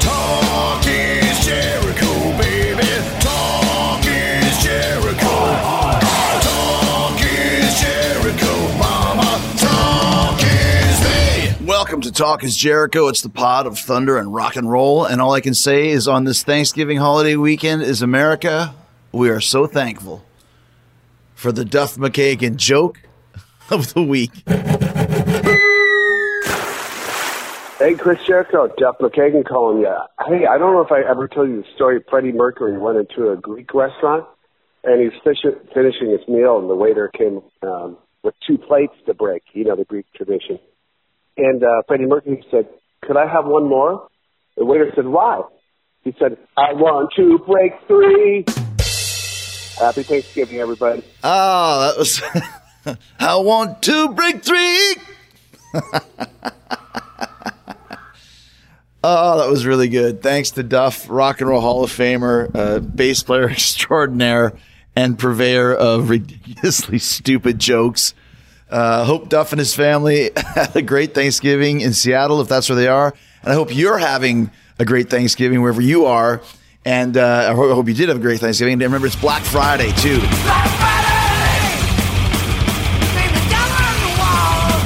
Talk is Jericho, baby. Talk is Jericho. Talk is Jericho, mama. Talk is me. Welcome to Talk is Jericho. It's the pod of thunder and rock and roll. And all I can say is on this Thanksgiving holiday weekend is America. We are so thankful for the Duff McKagan joke of the week. Hey, Chris Jericho, Jeff McKagan calling you. Hey, I don't know if I ever told you the story. Freddie Mercury went into a Greek restaurant, and he's fish- finishing his meal, and the waiter came um, with two plates to break. You know the Greek tradition. And uh, Freddie Mercury said, "Could I have one more?" The waiter said, "Why?" He said, "I want to break three. Happy Thanksgiving, everybody. Oh, that was. I want to break three. oh, that was really good. Thanks to Duff, Rock and Roll Hall of Famer, uh, bass player extraordinaire, and purveyor of ridiculously stupid jokes. Uh, hope Duff and his family had a great Thanksgiving in Seattle, if that's where they are. And I hope you're having a great Thanksgiving wherever you are. And uh, I ho- I hope you did have a great Thanksgiving. And remember, it's Black Friday, too. Black Friday. Leave the devil on the wall.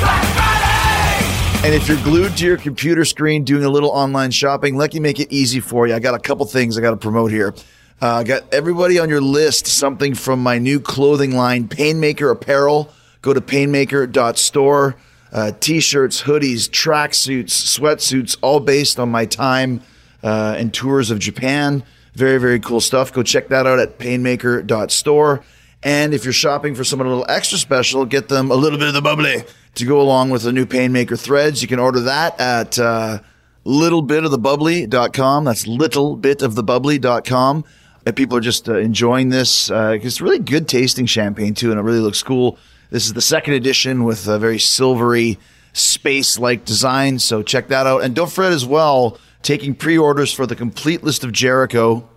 Black Friday. And if you're glued to your computer screen doing a little online shopping, let me make it easy for you. I got a couple things I got to promote here. Uh, I got everybody on your list something from my new clothing line, Painmaker Apparel. Go to painmaker.store. Uh, T shirts, hoodies, tracksuits, sweatsuits, all based on my time uh, and tours of Japan. Very, very cool stuff. Go check that out at painmaker.store. And if you're shopping for someone a little extra special, get them a little bit of the bubbly to go along with the new Painmaker threads. You can order that at uh, littlebitofthebubbly.com. That's littlebitofthebubbly.com. And people are just uh, enjoying this. Uh, it's really good tasting champagne, too, and it really looks cool. This is the second edition with a very silvery space like design. So check that out. And don't forget as well, taking pre orders for the complete list of Jericho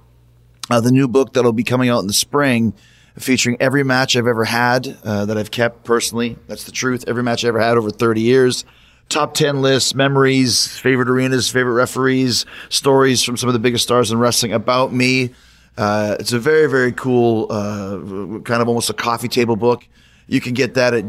uh, the new book that'll be coming out in the spring, featuring every match I've ever had uh, that I've kept personally. That's the truth. Every match I ever had over 30 years. Top 10 lists, memories, favorite arenas, favorite referees, stories from some of the biggest stars in wrestling about me. Uh, it's a very, very cool, uh, kind of almost a coffee table book. You can get that at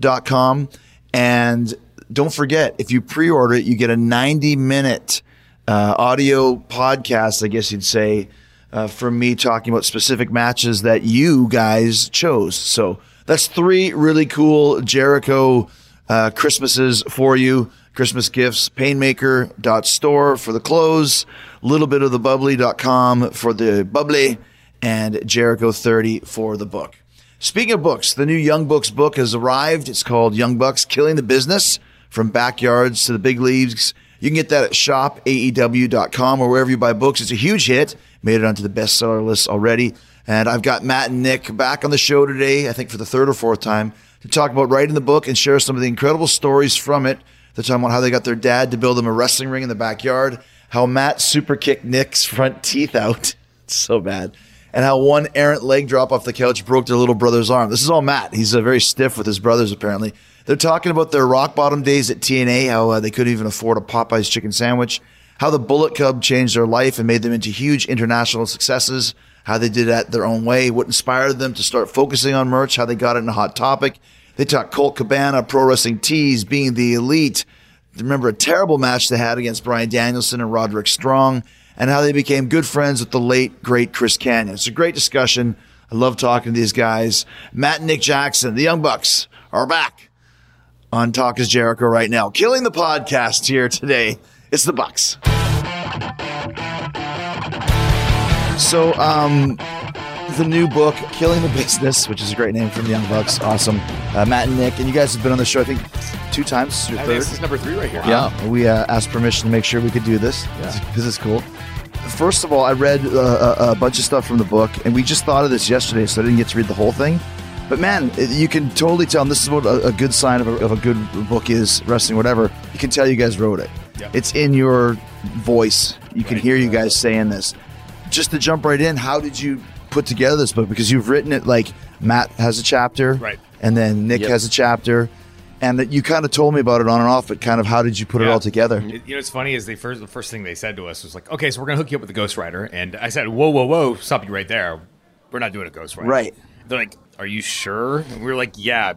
Jericho30.com. And don't forget, if you pre order it, you get a 90 minute uh, audio podcast, I guess you'd say, uh, from me talking about specific matches that you guys chose. So that's three really cool Jericho uh, Christmases for you. Christmas gifts, painmaker.store for the clothes, littlebitofthebubbly.com for the bubbly, and Jericho 30 for the book. Speaking of books, the new Young Bucks book has arrived. It's called Young Bucks Killing the Business from Backyards to the Big Leagues. You can get that at E shopaew.com or wherever you buy books. It's a huge hit, made it onto the bestseller list already. And I've got Matt and Nick back on the show today, I think for the third or fourth time, to talk about writing the book and share some of the incredible stories from it. They're talking about how they got their dad to build them a wrestling ring in the backyard, how Matt super kicked Nick's front teeth out. It's so bad and how one errant leg drop off the couch broke their little brother's arm. This is all Matt. He's uh, very stiff with his brothers, apparently. They're talking about their rock bottom days at TNA, how uh, they couldn't even afford a Popeye's chicken sandwich, how the Bullet Club changed their life and made them into huge international successes, how they did that their own way, what inspired them to start focusing on merch, how they got into Hot Topic. They talk Colt Cabana, pro wrestling tees, being the elite. Remember a terrible match they had against Brian Danielson and Roderick Strong and how they became good friends with the late, great Chris Canyon. It's a great discussion. I love talking to these guys. Matt and Nick Jackson, the Young Bucks, are back on Talk is Jericho right now. Killing the podcast here today. It's the Bucks. So, um, the new book, Killing the Business, which is a great name from the Young Bucks. Awesome. Uh, Matt and Nick, and you guys have been on the show, I think, two times. Your I third. think this is number three right here. Yeah, we uh, asked permission to make sure we could do this. This is cool. First of all, I read uh, a, a bunch of stuff from the book, and we just thought of this yesterday, so I didn't get to read the whole thing. But man, it- you can totally tell, and this is what a, a good sign of a, of a good book is wrestling, whatever. You can tell you guys wrote it. Yeah. It's in your voice. You can hear you guys saying this. Just to jump right in, how did you put together this book? Because you've written it like Matt has a chapter, Right. And then Nick Yep. has a chapter, and that you kind of told me about it on and off. But kind of how did you put it Yeah. all together? It- you know, it's funny is the first the first thing they said to us was like, "Okay, so we're gonna hook you up with a Ghost Rider," and I said, "Whoa, whoa, whoa, stop you right there. We're not doing a Ghost Rider." Right. They're like, "Are you sure?" And we were like, "Yeah,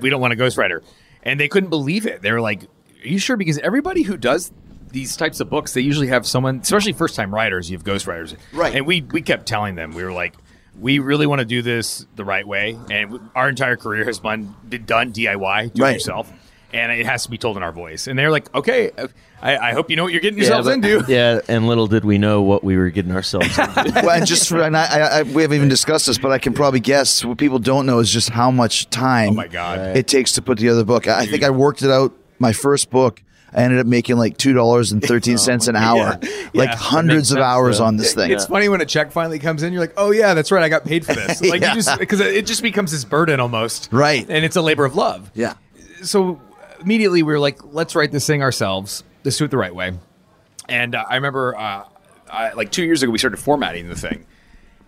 we don't want a Ghost Rider," and they couldn't believe it. They were like, "Are you sure?" Because everybody who does these types of books, they usually have someone, especially first time writers. You have Ghost Riders, Right. And we we kept telling them we were like. We really want to do this the right way, and our entire career has been done DIY, do Right. it yourself and it has to be told in our voice. And they're like, okay, uh, I, I hope you know what you're getting Yeah, yourselves but- into. yeah, and little did we know what we were getting ourselves into. well, and just for, and I, I, I, we haven't even discussed this, but I can probably guess what people don't know is just how much time. Oh my God. Right. it takes to put together a book. I, I think I worked it out. My first book, I ended up making like two dollars and Oh thirteen cents an hour, like hundreds of hours on this thing. It's funny when a check finally comes in, you're like, oh yeah, that's right, I got paid for this. Like Yeah. you just because it just becomes this burden almost, Right. And it's a labor of love. Yeah. So immediately we were like, let's write this thing ourselves. Let's do it the right way. And uh, I remember, uh, I, like two years ago, we started formatting the thing.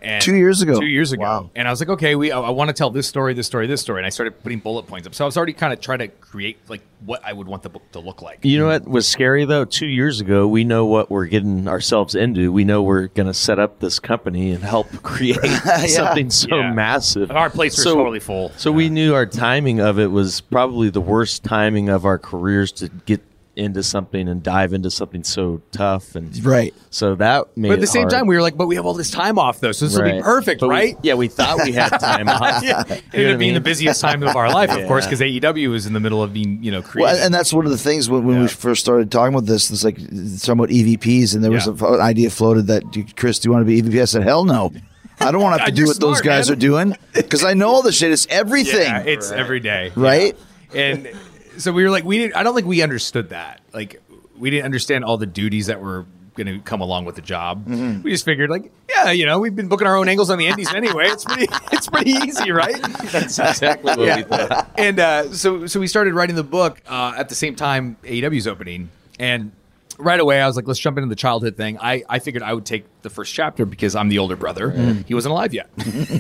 And Two years ago? Two years ago. Wow. And I was like, okay, we I, I want to tell this story, this story, this story, and I started putting bullet points up. So I was already kind of trying to create like what I would want the book to look like. You know what was scary though? Two years ago, we know what we're getting ourselves into. We know we're going to set up this company and help create something so Yeah. massive. Our plates were so, totally full. So we knew our timing of it was probably the worst timing of our careers to get into something and dive into something so tough and Right. So that made. But at the it same hard. time, we were like, but we have all this time off though, so this will be Right. perfect, But we- right? yeah, we thought we had time off. yeah. It ended up being the busiest time of our life, of course, because AEW is in the middle of being, you know, created. Well, and that's one of the things when, when we Yeah. first started talking about this. It's like talking about EVPs, and there was Yeah. a fo- an idea floated that "Do- Chris, do you want to be EVP? I said, hell no. I don't want to have to do You're what those smart, guys man. are doing because I know all the shit. It's everything. Yeah, it's every day, Right? Yeah. And so we were like, we didn't. I don't think we understood that. Like, we didn't understand all the duties that were going to come along with the job. Mm-hmm. We just figured, like, yeah, you know, we've been booking our own angles on the indies anyway. It's pretty, it's pretty easy, right? That's exactly what we thought. and uh, so so we started writing the book uh, at the same time AEW's opening, and right away I was like, let's jump into the childhood thing. I I figured I would take the first chapter because I'm the older brother. Mm-hmm. He wasn't alive yet.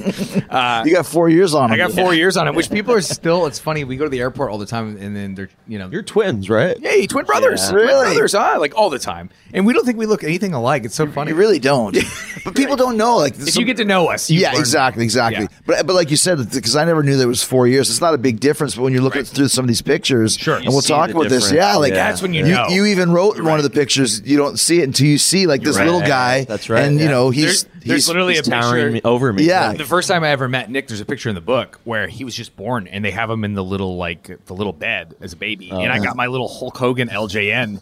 you got four years on. I them. got four years on it, which people are still. It's funny. We go to the airport all the time, and then they're you know. You're twins, right? Hey, twin brothers, Yeah. twin Really? brothers, huh? like all the time, and we don't think we look anything alike. It's so funny. You really don't. but people don't know. Like if you get to know us, you yeah, learn. exactly, exactly. Yeah. But but like you said, because I never knew there was four years. It's not a big difference. But when you're looking Right. through some of these pictures, Sure. and You we'll see talk the about this. difference. Yeah, like Yeah. That's when you you, know. you even wrote in one of the pictures. You don't see it until you see like this Right. little guy. That's right, And you yeah. know he's There's, there's he's- literally He's a picture towering me- over me. Yeah. The first time I ever met Nick, there's a picture in the book where he was just born, and they have him in the little like the little bed as a baby, Oh, and I got my little Hulk Hogan LJN,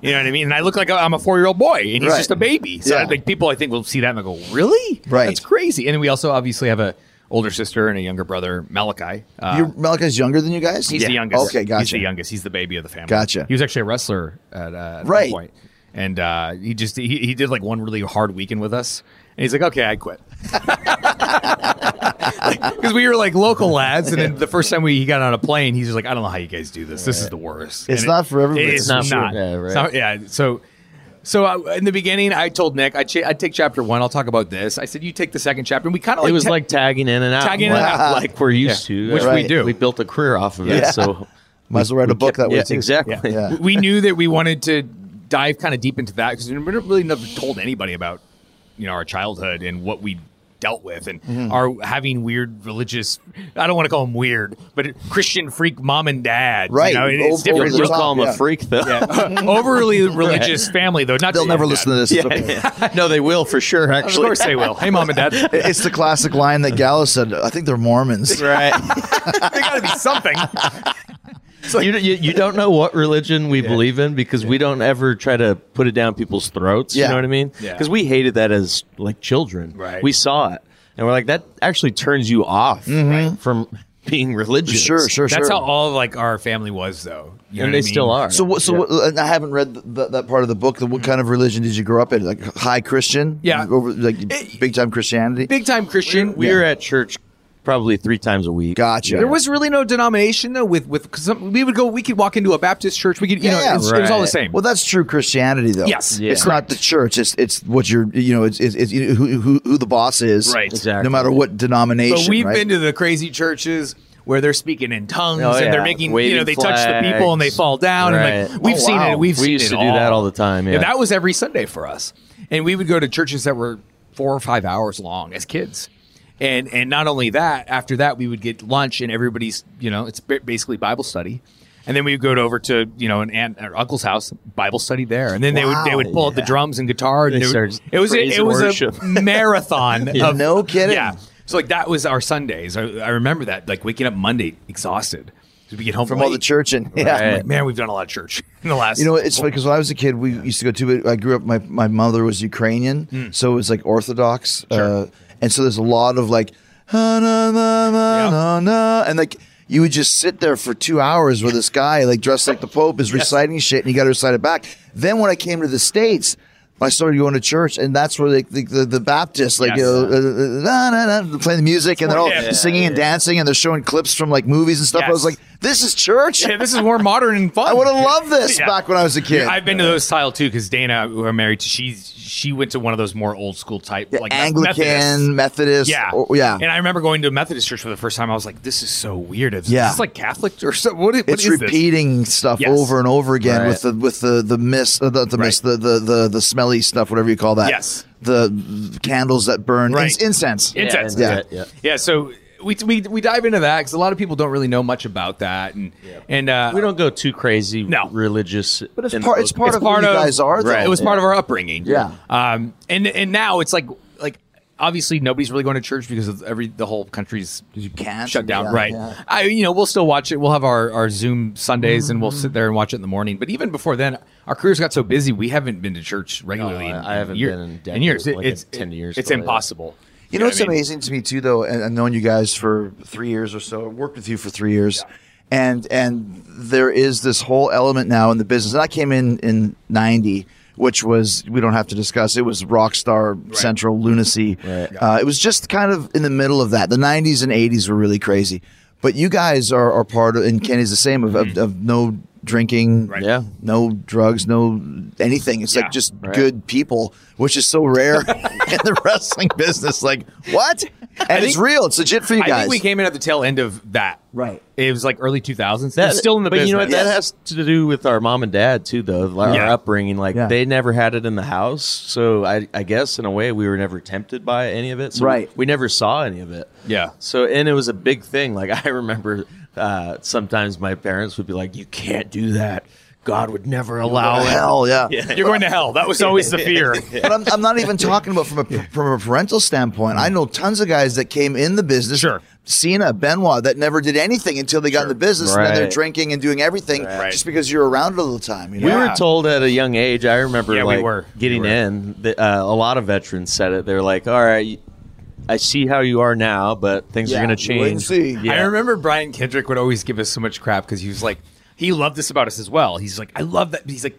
you know what I mean? And I look like I'm a four year old boy, and he's Right. just a baby. So Yeah. I think people I think will see that and they'll go, really? Right. That's crazy. And then we also obviously have a older sister and a younger brother, Malachi. Uh, You're, Malachi's younger than you guys. He's Yeah. the youngest. Okay, He's gotcha. the youngest. He's the baby of the family. Gotcha. He was actually a wrestler at, uh, at Right. one point. And uh, he just he, he did like one really hard weekend with us, and he's like, "Okay, I quit," because we were like local lads. And then the first time we he got on a plane, he's just like, "I don't know how you guys do this. This is the worst. It's And not for everybody. It's, It's not. not for- yeah, It's right. not- yeah. So, so I, in the beginning, I told Nick, I ch- I take chapter one. I'll talk about this. I said, "You take the second chapter." And we kind of It like was ta- like tagging in and out, Tagging in like, and out. like we're used Yeah. to, Which Uh, we do. We built a career off of it, Yeah. so Might as well write a book that way. yeah, too. exactly. Yeah. we knew that we wanted to dive kind of deep into that because we never really never told anybody about you know our childhood and what we dealt with and Mm-hmm. are having weird religious. I don't want to call them weird, but Christian freak mom and dad. Right. You know, it- it's Over- different. over You'll, the you'll top, call him yeah. a freak though. overly religious family though. Not They'll never listen to this. It's okay. no, they will for sure. Of Actually, course they will. Hey, mom and dad. they It's the classic line that Gallo said. I think they're Mormons. right. got to be something. you, you, you don't know what religion we believe in because we don't ever try to put it down people's throats. Yeah. You know what I mean? Yeah. Because we hated that as like children. Right. We saw it, and we're like, that actually turns you off Mm-hmm. right, from being religious. Sure, sure, sure. That's how all like our family was though. You know what And they I still mean? are. So, what, so Yeah. what, and I haven't read th th- that part of the book. What kind of religion did you grow up in? Like high Christian? Yeah. Over, like big time Christianity? Big time Christian. we were at church probably three times a week. gotcha. There was really no denomination though. With with because we would go, we could walk into a Baptist church. We could, you know, Yeah, it's- it was all the same. Well, that's true Christianity, though. Yes. Yeah. it's not the church. It's it's what you're you know it's it's, it's you know, who, who who the boss is. Right. Exactly. No matter what denomination. But we've right? been to the crazy churches where they're speaking in tongues Oh, and they're yeah. making you know Waving they touch the people and they flags. fall down and Right. like we've Oh, seen wow. it. We've We seen used it to do that all the time, yeah. that was every Sunday for us, and we would go to churches that were four or five hours long as kids. And and not only that, after that we would get lunch and everybody's you know it's ba- basically Bible study. And then we would go over to you know an aunt or uncle's house, Bible study there, and then they would they would pull out the drums and guitar. And They they would- started it was a, praise it and was worship. a marathon. of, No kidding. Yeah, so like that was our Sundays. I, I remember that, like waking up Monday exhausted. Did we get home from all late. the church and yeah. I'm like, man, we've done a lot of church in the last. You know, it's funny because when I was a kid, we used to go to. I grew up. My my mother was Ukrainian, Hmm. so it was like Orthodox, uh, and so there's a lot of like, "Ah, na, na, na, Yeah. na, na," and like you would just sit there for two hours with this guy like dressed like the Pope is reciting shit, and you got to recite it back. Then when I came to the states. I started going to church, and that's where like the, the, the Baptists, like Yes. you know, uh, uh, na, na, na, playing the music, and they're all Yeah. singing and dancing, and they're showing clips from like movies and stuff. I Yes. was like, "This is church! Yeah, this is more modern and fun. I would have loved this Yeah. back when I was a kid." I've been to those style too because Dana, who I'm married to, she's she went to one of those more old school type like Methodist. Anglican, Methodist. Yeah, or- yeah. And I remember going to a Methodist church for the first time. I was like, "This is so weird. Is Yeah. this like Catholic or so? What, i- what it's is this?" repeating stuff Yes. over and over again Right. with the with the the mist, uh, the, the mist, the, the the the smelly stuff, whatever you call that. Yes. the candles that burn, Right. Ins- incense. Incense. Yeah. Yeah. yeah. Yeah, so we, we, we dive into that because a lot of people don't really know much about that, and and uh, We don't go too crazy No. religious. But It's part, it's part it's of part who of you guys are. though. It was part of our upbringing. Yeah. Um. And and now it's like like obviously nobody's really going to church because of every the whole country's You can't shut down. yeah, right. yeah. I you know we'll still watch it. We'll have our our Zoom Sundays and we'll Mm-hmm. sit there and watch it in the morning. But even before then, our careers got so busy we haven't been to church regularly. in, No, I- I haven't year- been in decades, years. It- like it's 10 years, It's probably. impossible. You know what what's I mean? amazing to me too, though, and I've known you guys for three years or so. I worked with you for three years, and and there is this whole element now in the business. And I came in in '90, which was we don't have to discuss. It was rock star central lunacy. Uh, it was just kind of in the middle of that. The '90s and '80s were really crazy, but you guys are, are part of, and Kenny's the same of, Mm-hmm. of, of no drinking, Yeah. no drugs, no anything. It's Yeah, like just good people, which is so rare in the wrestling business. Like what? And it's real. It's legit for you I guys. think we came in at the tail end of that. Right. It was like early 2000s. That, still in the but business. you know what? That Yes. has to do with our mom and dad too, though. Like, Yeah. Our upbringing, like Yeah. they never had it in the house, so I, I guess in a way we were never tempted by any of it. So Right. We, we never saw any of it. Yeah. So and it was a big thing. Like I remember, uh, sometimes my parents would be like, "You can't do that. God would never allow it." Hell yeah. You're going to hell. That was always the fear. But I'm, I'm not even talking about from a from a parental standpoint. I know tons of guys that came in the business. Sure. Cena, Benoit, that never did anything until they got in the business, and then they're Right. drinking and doing everything Right. just because you're around it all the time. You know? We Yeah. were told at a young age. I remember, Yeah, we like, were. getting We were. in. That, uh, a lot of veterans said it. They're like, "All right, I see how you are now, but things Yeah, are going to you wait and change." see. Yeah. I remember Brian Kendrick would always give us so much crap because he was like, he loved this about us as well. He's like, I love that. He's like,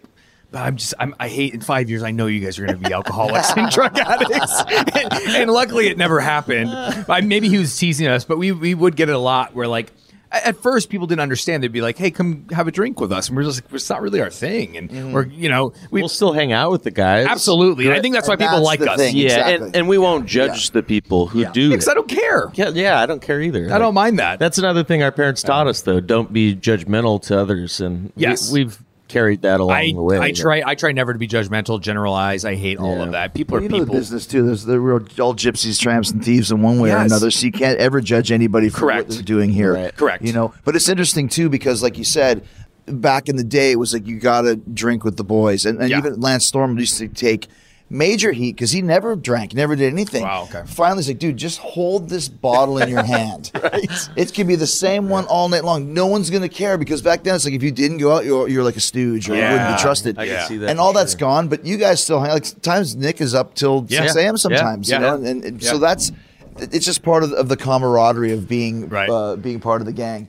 but I'm just, I'm, I hate in five years, I know you guys are going to be alcoholics and drug addicts. and, and luckily it never happened. I, maybe he was teasing us, but we, we would get it a lot where like, a- at first people didn't understand. They'd be like, hey, come have a drink with us. And we're just like, it's not really our thing. And Mm-hmm. we're, you know, we We'll still hang out with the guys. absolutely. And I think that's why And people that's like the us. thing. Yeah, Exactly. and, and we won't judge the people who do. Because I it. don't care. Yeah, yeah, I don't care either. I don't mind that. That's another thing our parents taught us, though. Don't be judgmental to others, and we- Yes. we've carried that along I, the way. I try I try never to be judgmental, generalize. I hate all of that. People are You know the people. business too. There's the real all gypsies, tramps, and thieves in one way or Yes. another. So you can't ever judge anybody for Correct. what they're doing here. Right. Correct. You know, but it's interesting too because, like you said, back in the day, it was like you got to drink with the boys, and, and Yeah. even Lance Storm used to take major heat because he never drank, never did anything. Wow, okay. Finally, he's like, dude, just hold this bottle in your hand. right. It can be the same one all night long. No one's gonna care because back then it's like if you didn't go out, you're, you're like a stooge or you wouldn't Yeah. be trusted I can see that and for all that's sure. gone. But you guys still hang- like sometimes Nick is up till Yeah. six a.m. Yeah. Sometimes, Yeah. you know, and, and, and so Yeah. that's it's just part of, of the camaraderie of being Right. uh, being part of the gang.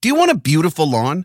Do you want a beautiful lawn?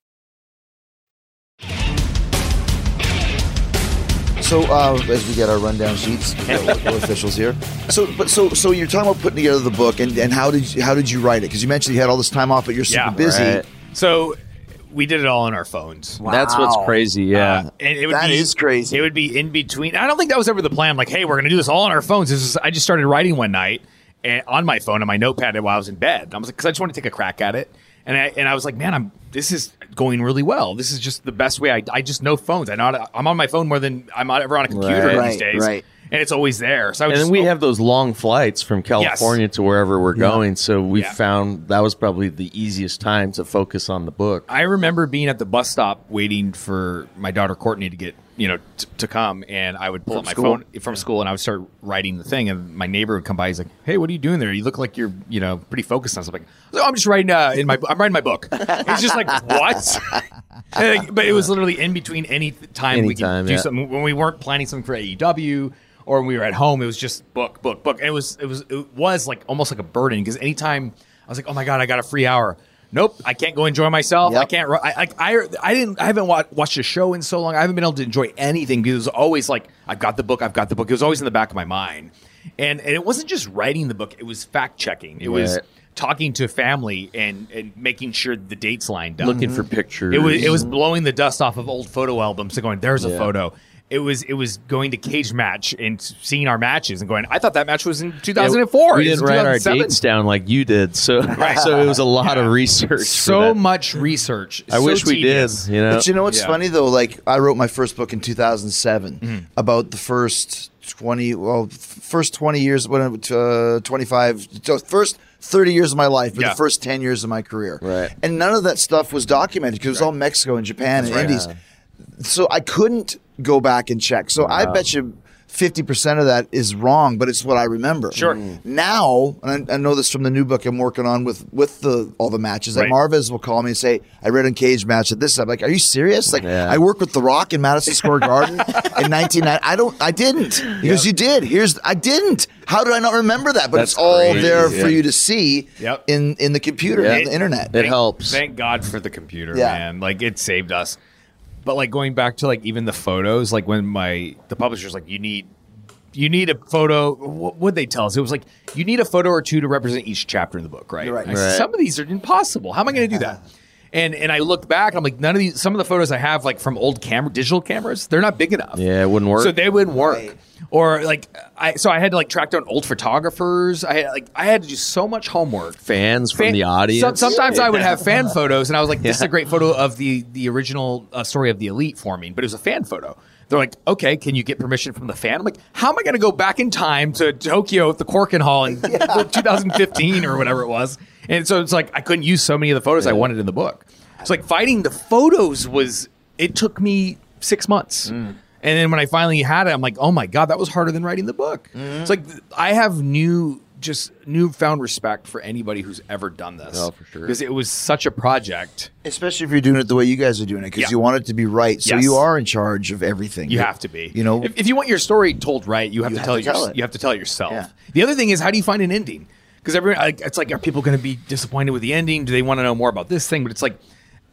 So uh, as we get our rundown sheets, local officials here. So, but so so you're talking about putting together the book, and, and how did you, how did you write it? Because you mentioned you had all this time off, but you're super Yeah. busy. Right. so we did it all on our phones. That's what's crazy. Yeah. Uh, and it would That be, is crazy. It would be in between. I don't think that was ever the plan. Like, hey, we're going to do this all on our phones. This is, I just started writing one night and, on my phone on my notepad while I was in bed. I was like, because I just want to take a crack at it. And I and I was like, man, I'm this is going really well. This is just the best way. I, I just know phones. I know how to- I'm on my phone more than I'm not ever on a computer Right. Right, these days. right. And it's always there. So I would and then just, we oh, have those long flights from California to wherever we're going. So we Yeah. found that was probably the easiest time to focus on the book. I remember being at the bus stop waiting for my daughter Courtney to get, you know, t- to come, and I would pull up my phone from school and I would start writing the thing, and my neighbor would come by. He's like, "Hey, what are you doing there? You look like you're, you know, pretty focused on something." So I'm just writing uh, in my, I'm writing my book. He's just like, "What?" And, like, but it was literally in between any th- time we could Anytime, do yeah. something when we weren't planning something for AEW. Or when we were at home, it was just book, book, book. And it was, it was, it was like almost like a burden because anytime I was like, "Oh my god, I got a free hour," nope, I can't go enjoy myself. I Yep. can't can't. ru- I I, I, I didn't. I haven't wa- watched a show in so long. I haven't been able to enjoy anything because it was always like I've got the book. I've got the book. It was always in the back of my mind, and and it wasn't just writing the book. It was fact checking. It was Right. talking to family and and making sure the dates lined up. Looking for pictures. It was it was blowing the dust off of old photo albums and going, "There's a Yeah. photo." It was it was going to cage match and seeing our matches and going, "I thought that match was in 2004." We It was didn't write our 2007." dates down like you did, so so it was a lot of research. for So that. much research. I so wish we tedious. did. You know, But you know what's Yeah. Mm-hmm. funny though? Like I wrote my first book in 2007 about the first 20, well, f- first 20 years, when uh, 25, so first 30 years of my life, but Yeah. the first 10 years of my career. Right. And none of that stuff was documented because it was all Mexico and Japan and Indies. So I couldn't go back and check. So I bet you. 50% of that is wrong, but it's what I remember. Sure. Mm. Now, and I, I know this from the new book I'm working on with with the all the matches. Like Right. Marvez will call me and say, "I read on Cage Match at this." I'm like, "Are you serious?" Like, Yeah. I worked with The Rock in Madison Square Garden in 1990. I don't. I didn't. He goes, "You did." Here's. I didn't. How did I not remember that? But That's it's all crazy. there for Yeah. you to see Yep. in in the computer, Yeah. and the internet. It helps. Thank God for the computer, Yeah. man. Like it saved us. But like going back to like even the photos, like when my the publisher's like, you need you need a photo. What would they tell us? It was like you need a photo or two to represent each chapter in the book, right? You're right. I said, Right. Some of these are impossible. How am I going to do that? And and I looked back, and I'm like, none of these. Some of the photos I have, like from old camera, digital cameras, they're not big enough. Yeah, it wouldn't work. So they wouldn't work. Or like I, so I had to like track down old photographers. I had, like I had to do so much homework fans from fan- the audience. Some- sometimes I would have fan photos, and I was like, "This is a great photo of the the original uh, story of the elite forming," but it was a fan photo. They're like, "Okay, can you get permission from the fan?" I'm like, "How am I going to go back in time to Tokyo at the Corken Hall in 2015 or whatever it was?" And so it's like I couldn't use so many of the photos I wanted in the book. It's like finding the photos was it took me six months. Mm. And then when I finally had it, I'm like, oh my God, that was harder than writing the book. Mm-hmm. It's like th- I have new, just newfound respect for anybody who's ever done this. Oh, for sure. Because it was such a project. Especially if you're doing it the way you guys are doing it, because Yeah. you want it to be right. So Yes. you are in charge of everything. You have to be. You know. if, if you want your story told right, you have to have tell, to tell your, it. you have to tell yourself. Yeah. The other thing is, how do you find an ending? Because everyone, like, it's like, are people going to be disappointed with the ending? Do they want to know more about this thing? But it's like,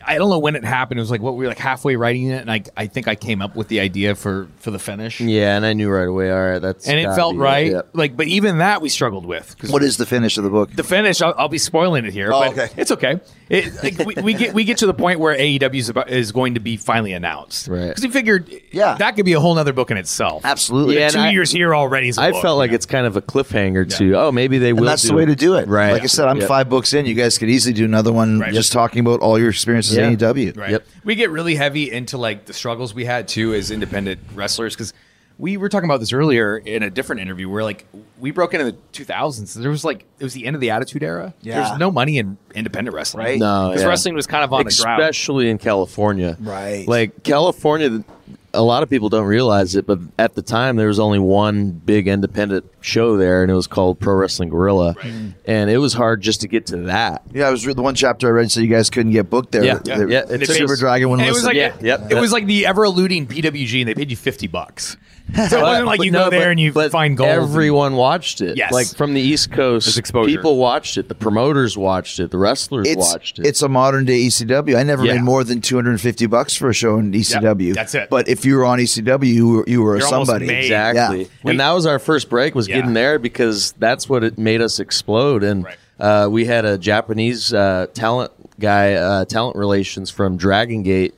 I don't know when it happened. It was like what we were like halfway writing it, and I I think I came up with the idea for for the finish. Yeah, and I knew right away. All right, that's And it gotta felt be right. Yeah. Like, but even that we struggled with. 'cause What is the finish of the book? the finish, I'll, I'll be spoiling it here, Oh, but okay. it's okay. It, like, we, we get we get to the point where AEW is, about, is going to be finally announced, Right. Because he figured, Yeah. that could be a whole other book in itself. Absolutely. Yeah, and Two I- years here already. Is a I book. felt like it's kind of a cliffhanger to oh maybe they will. and that's the way to do it. Right. Like I said, I'm Yeah. five books in. You guys could easily do another one Right. just talking about all your experiences Yeah. at E AEW. Right. Yep. We get really heavy into like the struggles we had too as independent wrestlers because we were talking about this earlier in a different interview where like we broke into the 2000s. There was like it was the end of the Attitude Era. There Yeah. was no money in independent wrestling. Right. No, because yeah. wrestling was kind of on the ground. especially in California. Right. Like California, a lot of people don't realize it, but at the time there was only one big independent show there, and it was called Pro Wrestling Gorilla, Mm-hmm. and it was hard just to get to that. Yeah, I was re- the one chapter I read, so you guys couldn't get booked there. Yeah. They- Yeah. Yeah. they- It took Super us- Dragon And wouldn't it was listen. like Yeah, yep. it was like the ever eluding PWG, and they paid you fifty bucks. So it wasn't like But you no, go there but- and you but find gold. Everyone watched it. Yes. Like from the East Coast, There's exposure. people watched it. The promoters watched it. The wrestlers it's, watched it. it's a modern day ECW. I never Yeah. made more than 250 bucks for a show in ECW. that's it. But if you were on ECW, you were, you were You're almost somebody. made. Exactly. Yeah. We- and that was our first break was Yeah. getting there because that's what it made us explode. And Right. uh, we had a Japanese uh, talent guy, uh, talent relations from Dragon Gate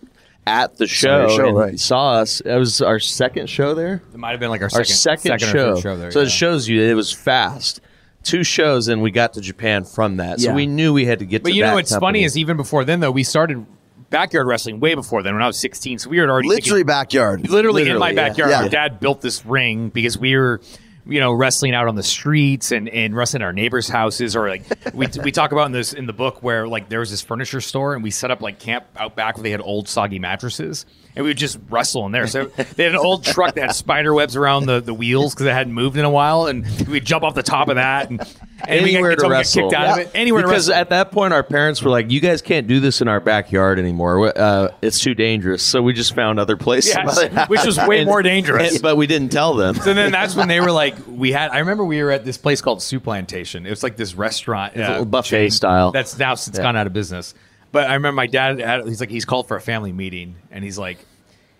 at the your show, show, and right. he saw us. It was our second show there. it might have been like our Our second, second, second or show. third show there. so yeah. it shows you it was fast. Two shows, and we got to Japan from that. So Yeah. we knew we had to get. But to you know that what's company. funny is even before then though we started backyard wrestling way before then when I was 16 so we were already Literally backyard. thinking- literally, in Literally, my yeah. backyard Yeah. our dad built this ring because we were you know wrestling out on the streets and and wrestling at our neighbors houses or like we we talk about in this in the book where like there was this furniture store and we set up like camp out back where they had old soggy mattresses and we would just wrestle in there so they had an old truck that had spider webs around the, the wheels because it hadn't moved in a while and we'd jump off the top of that and, and we got, anywhere to until we got wrestle. kicked out of it anywhere to because wrestle. at that point our parents were like, "You guys can't do this in our backyard anymore. Uh, it's too dangerous." So we just found other places, Yes, which was way more dangerous. but we didn't tell them. So then that's when they were like, we had. I remember we were at this place called Soup Plantation. It was like this restaurant, a little buffet chain style. That's now since gone out of business. But I remember my dad. had- He's like, he's called for a family meeting, and he's like,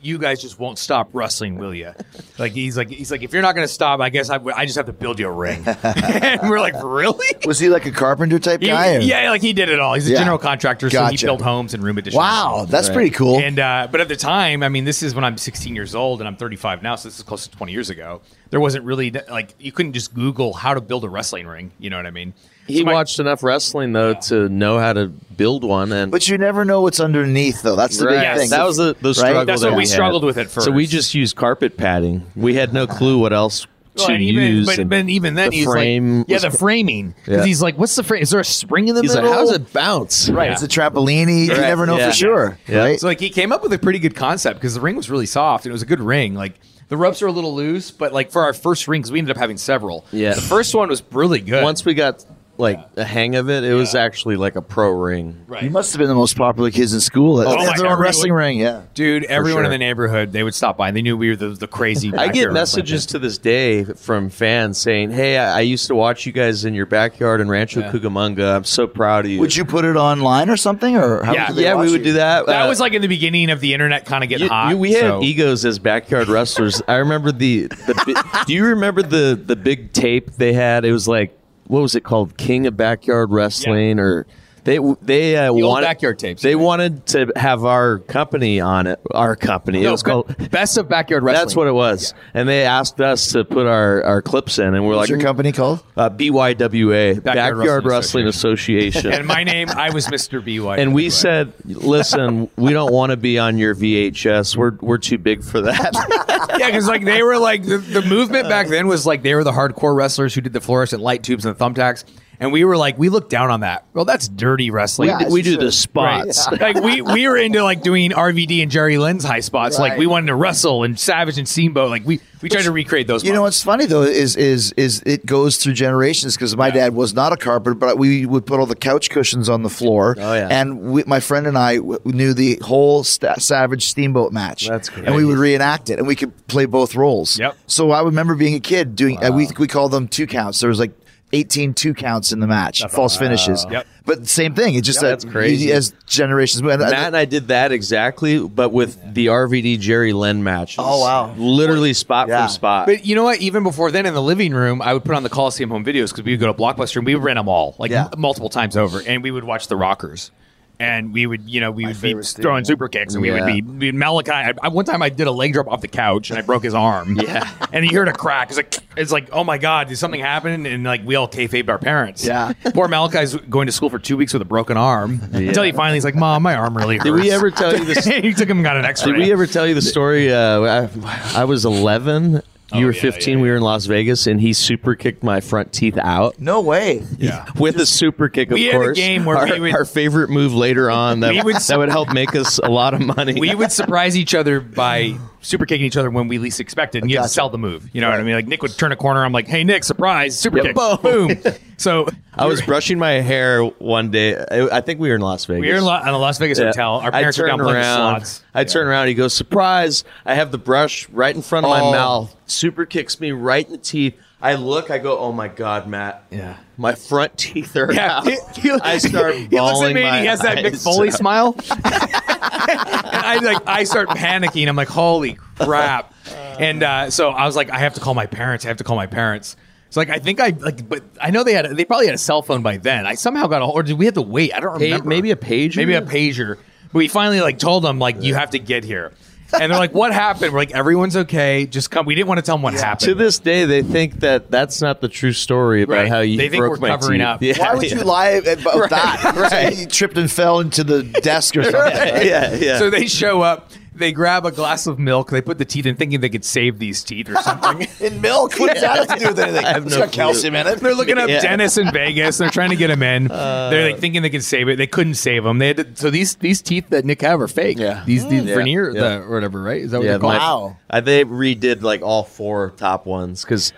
"You guys just won't stop wrestling, will you?" Like he's like, he's like, if you're not going to stop, I guess I, I just have to build you a ring. and we're like, really? Was he like a carpenter type He- guy? or- yeah, like he did it all. He's a Yeah. general contractor, so he Gotcha. built homes and room additions. Wow, that's pretty cool. And uh, but at the time, I mean, this is when I'm 16 years old and I'm 35 now, so this is close to 20 years ago. There wasn't really like you couldn't just Google how to build a wrestling ring. You know what I mean? He So my- watched enough wrestling though to know how to build one, and but you never know what's underneath, though. That's the Right. big Yes. thing. that was the, the Right? struggle. That's that what we had. struggled with at first. So we just used carpet padding. We had no clue what else to Well, and even, use. but, and but even then, the he's frame like, yeah, was- the framing. Because Yeah. he's like, what's the frame? Is there a spring in the he's like, middle? "How does it bounce?" Right. It's a trampolini. You Right. never know Yeah. for sure. Yeah. Right? So like he came up with a pretty good concept because the ring was really soft and it was a good ring. Like the ropes are a little loose, but like for our first rings, we ended up having several. Yeah. the first one was really good. Once we got like the hang of it, it was actually like a pro ring. right, you must have been the most popular kids in school. Oh They my had their God, own wrestling really? ring. Yeah. dude. Everyone in sure. the neighborhood they would stop by. and They knew we were the, the crazy. I backyard get wrestling messages thing. to this day from fans saying, "Hey, I, I used to watch you guys in your backyard in Rancho Cucamonga. I'm so proud of you." Would you put it online or something, or how Yeah. could they yeah, watch we would you? do that. That Uh, was like in the beginning of the internet, kind of getting you- hot. you- we had so- egos as backyard wrestlers. I remember the. the bi- do you remember the the big tape they had? It was like what was it called? King of Backyard Wrestling or. They they uh, The old wanted backyard tapes. They wanted to have our company on it. Our company. it No, was be- called best of backyard wrestling. That's what it was. And they asked us to put our, our clips in, and we're What's like, your company called? uh, BYWA, Backyard, Backyard Wrestling Wrestling, Association. And my name, I was Mr. BY. and we said, listen, we don't want to be on your VHS. We're, we're too big for that. yeah, because like they were like the, the movement back then was like they were the hardcore wrestlers who did the fluorescent light tubes and the thumbtacks, and we were like we looked down on that. Well, that's dirty wrestling. Yeah, we do sure. the spots. Like we we were into like doing RVD and Jerry Lynn's high spots. Like Right. we wanted to wrestle and Savage and Steamboat. Like we we tried to recreate those. You know moments. what's funny though is is is it goes through generations because my dad was not a carpenter, but we would put all the couch cushions on the floor. Oh, yeah. And we, my friend and I w- knew the whole sta Savage Steamboat match. That's great. great. And we would reenact it, and we could play both roles. Yep. uh, So I remember being a kid doing. and we we called them two counts. There was like 18 two counts in the match, false finishes. Yep. But same thing. It's just that that's crazy. you- As generations move, and- Matt and I did that exactly, but with the RVD Jerry Len match. Oh, wow. Literally spot Yeah. for spot. But you know what? Even before then, in the living room, I would put on the Coliseum home videos because we would go to Blockbuster and we would rent them all, like Yeah. m- multiple times over, and we would watch The Rockers. And we would, you know, we would be favorite Steve throwing super kicks, and we would Yeah. be, be Malachi. I, I- one time, I did a leg drop off the couch, and I broke his arm. Yeah. and he heard a crack. It's like, it's like, oh my god, did something happen? And like, we all kayfabed our parents. Yeah. poor Malachi's going to school for two weeks with a broken arm until he finally he's like, mom, my arm really hurts. did we ever tell you this? he took him and got an X-ray. Did we ever tell you the story? Uh, I, I was 11. You were Oh, yeah, 15. We were in Las Vegas, and he super kicked my front teeth out no way. Yeah. with a super kick. Of We had a course, game where our, we would- our favorite move later on that We would- that would help make us a lot of money. we would surprise each other by super kicking each other when we least expected, and you have to Gotcha. sell the move. You know what I mean? Like Nick would turn a corner, I'm like, "Hey, Nick, surprise! Super Yeah, kick, boom. boom!" So I was brushing my hair one day. I I think we were in Las Vegas. we were in La- on a Las Vegas Yeah. hotel. Our parents I were turn down playing around. slots. I turn around. He goes, "Surprise! I have the brush right in front of Oh. my mouth. Super kicks me right in the teeth. I look. I go, "Oh my god, Matt! Yeah. my front teeth are Yeah, out." I start He looks at bawling me. my and He has that Mick eyes Foley out. smile. and I like, I start panicking. I'm like, "Holy crap!" And uh, so I was like, "I have to call my parents. I have to call my parents." It's like I think I like, but I know they had they probably had a cell phone by then. I somehow got a or did we have to wait? I don't Pa- remember. maybe a pager? Maybe a pager. But we finally like told them like you have to get here, and they're like, "What happened?" We're like, "Everyone's okay. Just come." We didn't want to tell them what happened. To this day, they think that that's not the true story about Right. how you They think broke we're my covering teeth. up. Yeah, Why would yeah. you lie about that? Right. you tripped and fell into the desk or something. right? Yeah, yeah. So they show up, they grab a glass of milk, they put the teeth in, thinking they could save these teeth or something. In milk? What does that have to do with anything? I have It's no got clue. calcium in it. they're looking up Yeah. Uh, Dennis in Vegas. They're trying to get him in. they're like thinking they could save it. They couldn't save him. They had to, so these these teeth that Nick have are fake. Yeah. These these Yeah. veneer Yeah. the- or whatever, right? Is that what yeah, they're called? my- Wow. I, they redid like all four top ones because.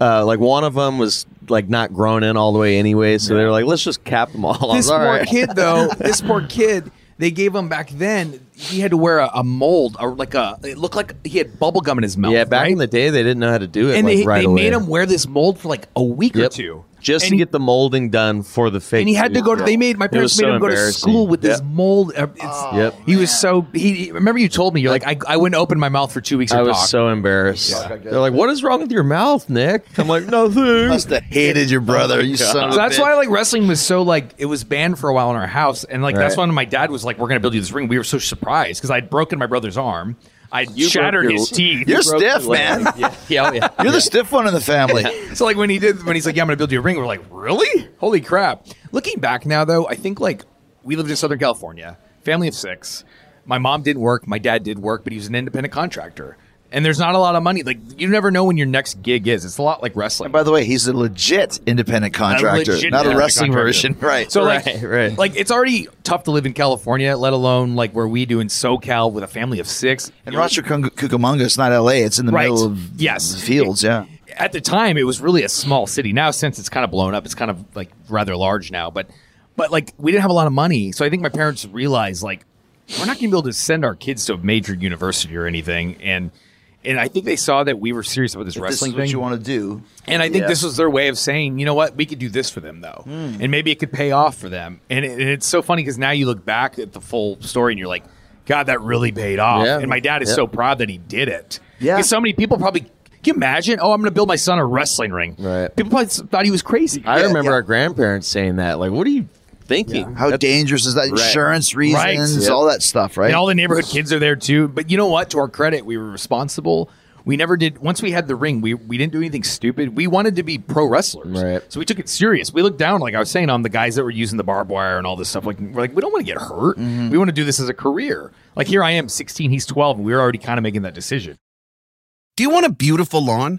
Uh, like one of them was like not grown in all the way anyway, so they were like, let's just cap them all. this All poor right. kid though this poor kid they gave him back then he had to wear a, a mold or like a it looked like he had bubble gum in his mouth Yeah, back right? in the day, they didn't know how to do it. and like, they, right they away. made him wear this mold for like a week or Yep. two just And to he- get the molding done for the fake. and he had to dude. go to they made my It parents was made so him go to school with this embarrassing. mold Uh, it's, Yep. he was so he he- remember you told me you're like I, I wouldn't open my mouth for two weeks or I was talk. so embarrassed. They're like, "What is wrong with your mouth, Nick?" I'm like, "Nothing." Must have hated your brother, you son of a So that's bitch. why like wrestling was so like it was banned for a while in our house, and like that's Right. when my dad was like, "We're gonna build you this ring." We were so surprised because I'd broken my brother's arm, I'd You broke shattered your- his teeth. You're Broke your stiff, leg. man. Yeah, yeah, oh, yeah. You're the stiff one in the family. so like when he did when he's like, "Yeah, I'm gonna build you a ring," we're like, "Really? Holy crap!" Looking back now though, I think like we lived in Southern California, family of six. My mom didn't work, my dad did work, but he was an independent contractor. And there's not a lot of money. Like you never know when your next gig is. It's a lot like wrestling. By the way, he's a legit independent contractor, legit not a independent wrestling contractor. version. Right. So like, Right, right. like it's already tough to live in California, let alone like where we do in SoCal with a family of six. and Rancho Cuc- Cucamonga, it's not LA, it's in the Right. middle of Yes. the fields, yeah. At the time, it was really a small city. Now, since it's kind of blown up, it's kind of like rather large now. But, but like we didn't have a lot of money, so I think my parents realized like we're not going to be able to send our kids to a major university or anything. And and I think they saw that we were serious about this This wrestling is what thing. you want to do. And I think Yeah. this was their way of saying, you know what, we could do this for them though, Hmm. and maybe it could pay off for them. And, it, and it's so funny because now you look back at the full story and you're like, God, that really paid off. Yeah. And my dad is Yeah. so proud that he did it. Yeah. 'Cause so many people probably can you imagine. Oh, I'm going to build my son a wrestling ring. Right. People probably thought he was crazy. I Yeah, remember yeah. our grandparents saying that. Like, what are you thinking? How dangerous is that? Insurance reasons, Yep. all that stuff, right? And all the neighborhood kids are there too. But you know what? To our credit, we were responsible. We never did. Once we had the ring, we, we didn't do anything stupid. We wanted to be pro wrestlers, Right. so we took it serious. We looked down, like I was saying, on the guys that were using the barbed wire and all this stuff. Like we're like, we don't want to get hurt. We want to do this as a career. Like here I am, sixteen, he's twelve, and we were already kind of making that decision. Do you want a beautiful lawn?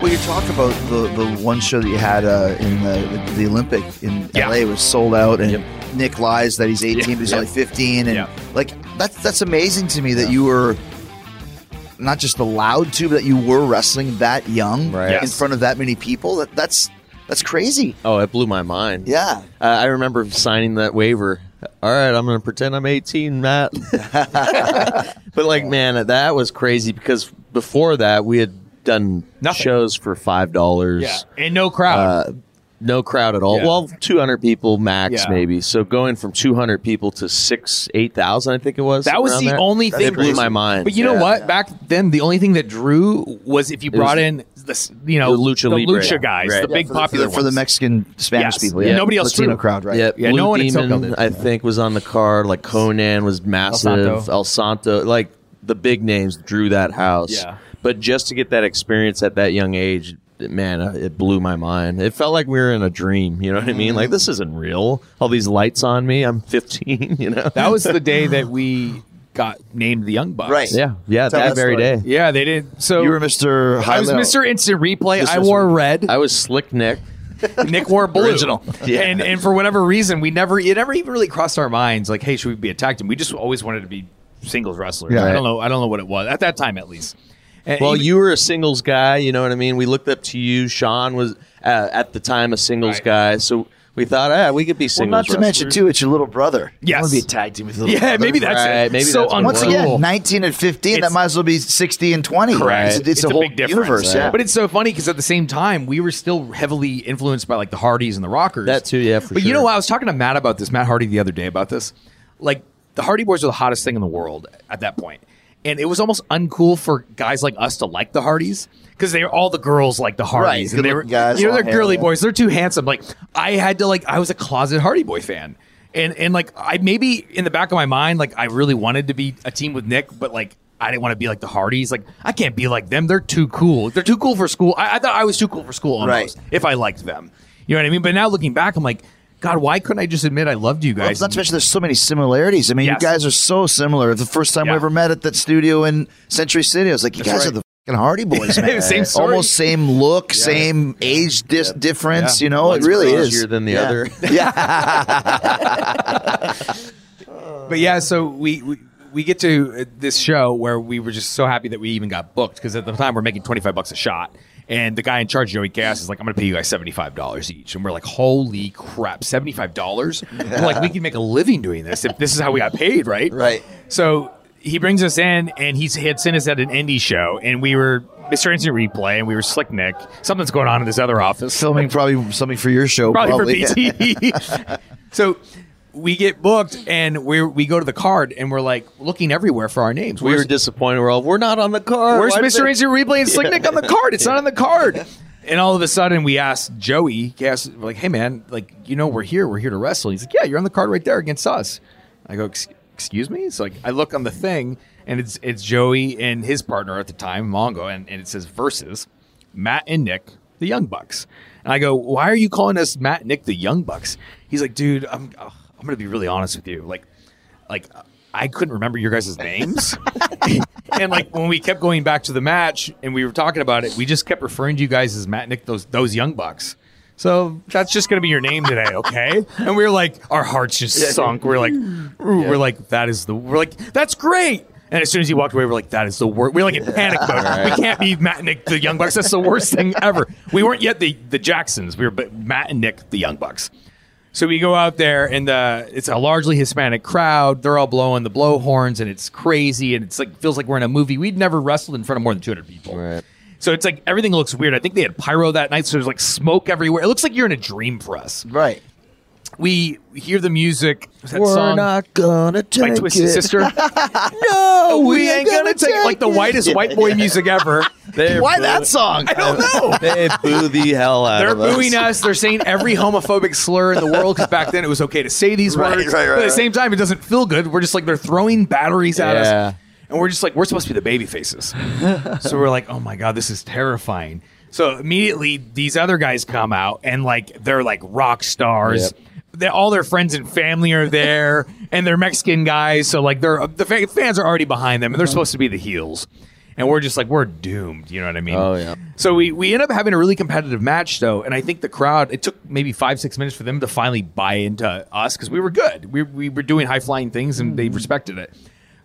Well, you talked about the, the one show that you had uh, in the, the Olympic in Yeah. LA was sold out, and Yep. Nick lies that he's 18, but he's Yep. only 15, and Yeah. like that's that's amazing to me that you were not just allowed to, but that you were wrestling that young Right. in Yes. front of that many people. That that's that's crazy. Oh, it blew my mind. Yeah, Uh, I remember signing that waiver. All right, I'm going to pretend I'm 18, Matt. but like, man, that was crazy because before that we had done Nothing. shows for five dollars. Yeah, and no crowd. Uh, no crowd at all. Yeah. Well, 200 people max, Yeah. maybe. So going from 200 people to six, 8,000, I think it was. that was around the there, only thing It blew my mind. But you know Yeah. what? Back then, the only thing that drew was if you brought in the s- you know The Lucha Libre. lucha guys, Right. the Yeah, big for, the- popular for, the- for the ones. Mexican Spanish Yes. people. Yeah, Yeah, nobody else Latino drew. crowd, right? Yeah, Yeah, Blue no one in Tokyo Demon, did. I think, was on the card. Like Conan was massive. Santo. El Santo, like the big names drew that house. Yeah. But just to get that experience at that young age, man, uh, it blew my mind. It felt like we were in a dream. You know what I mean? Like this isn't real. All these lights on me. I'm 15. You know. That was the day that we got named the Young Bucks. Right. yeah, yeah. Tell that that very story. day, Yeah, they didn't. So You were Mr. I was High Low. Mr. Instant Replay. I was- wore red. I was slick Nick. Nick wore blue. Original. Yeah. And and for whatever reason, we never it never even really crossed our minds like, hey, should we be a tag team? We just always wanted to be singles wrestlers. Yeah. I don't know. I don't know what it was at that time, at least. And Well, even- you were a singles guy, you know what I mean? We looked up to you. Sean was uh, at the time a singles Right. guy, so we thought, ah, we could be Well, singles. not to mention wrestlers." too, it's your little brother. Yes. you want to be a tag team with your little yeah, brother. maybe that's Right, it. maybe so that's what it Once was. uncool. again, 19 and 15, that It's- might as well be 60 and 20. Correct. It's, it's a whole universe. Yeah. But it's so funny because at the same time, we were still heavily influenced by like the Hardys and the Rockers. That too, yeah, for but you know, sure. I was talking to Matt about this, Matt Hardy, the other day about this. Like the Hardy Boys were the hottest thing in the world at that point, and it was almost uncool for guys like us to like the Hardys because they were all the girls like the Hardys, and they were good-looking guys, you know, long they're hair, girly yeah. boys. They're too handsome. Like I had to like I was a closet Hardy Boy fan. And, and like I maybe in the back of my mind like I really wanted to be a team with Nick but like I didn't want to be like the Hardys like I can't be like them they're too cool they're too cool for school I, I thought I was too cool for school almost Right. if I liked them you know what I mean but now looking back I'm like God why couldn't I just admit I loved you Well, guys not to mention there's so many similarities. I mean, Yes. you guys are so similar. The first time Yeah. we ever met at that studio in Century City, I was like, you guys right. are the fucking Hardy Boys, man. Same story. Almost same look, same age dis- difference. You know, One's it really crazier is. than the Yeah. other. yeah. But yeah, so we, we we get to uh, this show where we were just so happy that we even got booked because at the time we're making twenty five bucks a shot, and the guy in charge, Joey Cass, is like, "I'm going to pay you guys seventy five dollars each," and we're like, "Holy crap, seventy five dollars! Like we can make a living doing this if this is how we got paid, right?" Right. So he brings us in, and he's, he had sent us at an indie show, and we were. Mr. Instant Replay, and we were Slick Nick. Something's going on in this other office Filming probably something for your show. probably, for BT. so we get booked and we we go to the card and we're like looking everywhere for our names. we were Where's, disappointed. We're all, we're not on the card. where's Why did Mr. they-" Instant Replay and Slick Nick on the card? It's not on the card. And all of a sudden, we asked Joey, we asked, we're like, hey, man, like, you know, we're here. We're here to wrestle. He's like, yeah, you're on the card right there against us. I go, "Ex- excuse me? It's like, I look on the thing, and it's it's Joey and his partner at the time, Mongo, and, and it says versus Matt and Nick, the Young Bucks. And I go, why are you calling us Matt and Nick, the Young Bucks? He's like, dude, I'm, ugh, I'm going to be really honest with you. Like, like I couldn't remember your guys' names. and like when we kept going back to the match and we were talking about it, we just kept referring to you guys as Matt and Nick, those those young bucks. So that's just gonna be your name today, okay? And we were like, our hearts just sunk. We're like, ooh, we're like, that is the we're like, that's great. And as soon as he walked away, we're like, that is the worst. We're like in panic mode. We can't be Matt and Nick, the Young Bucks. That's the worst thing ever. We weren't yet the, the Jacksons. We were but Matt and Nick, the Young Bucks. So we go out there, and uh, it's a largely Hispanic crowd. They're all blowing the blow horns, and it's crazy, and it's like feels like we're in a movie. We'd never wrestled in front of more than 200 people. Right. So it's like everything looks weird. I think they had pyro that night, so there's like smoke everywhere. It looks like you're in a dream for us. Right. We hear the music. That We're song not gonna by take Twisted it. Sister. no, we ain't gonna, take, like the whitest white boy music ever. They're Why boo- that song? I don't know. They boo the hell out They're of us. booing us. They're saying every homophobic slur in the world because back then it was okay to say these Right, words. right, right, but at the right. same time, it doesn't feel good. We're just like they're throwing batteries at Yeah. us, and we're just like we're supposed to be the baby faces. so we're like, oh my god, this is terrifying. So immediately these other guys come out and like they're like rock stars. Yep. They- all their friends and family are Uh-huh. there, and they're Mexican guys, so like they're the fa- fans are already behind them, and they're supposed to be the heels. and we're just like we're doomed. You know what I mean? Oh, yeah. So we we end up having a really competitive match though, and I think the crowd. It took maybe five six minutes for them to finally buy into us because we were good. We we were doing high flying things, and Mm-hmm. they respected it.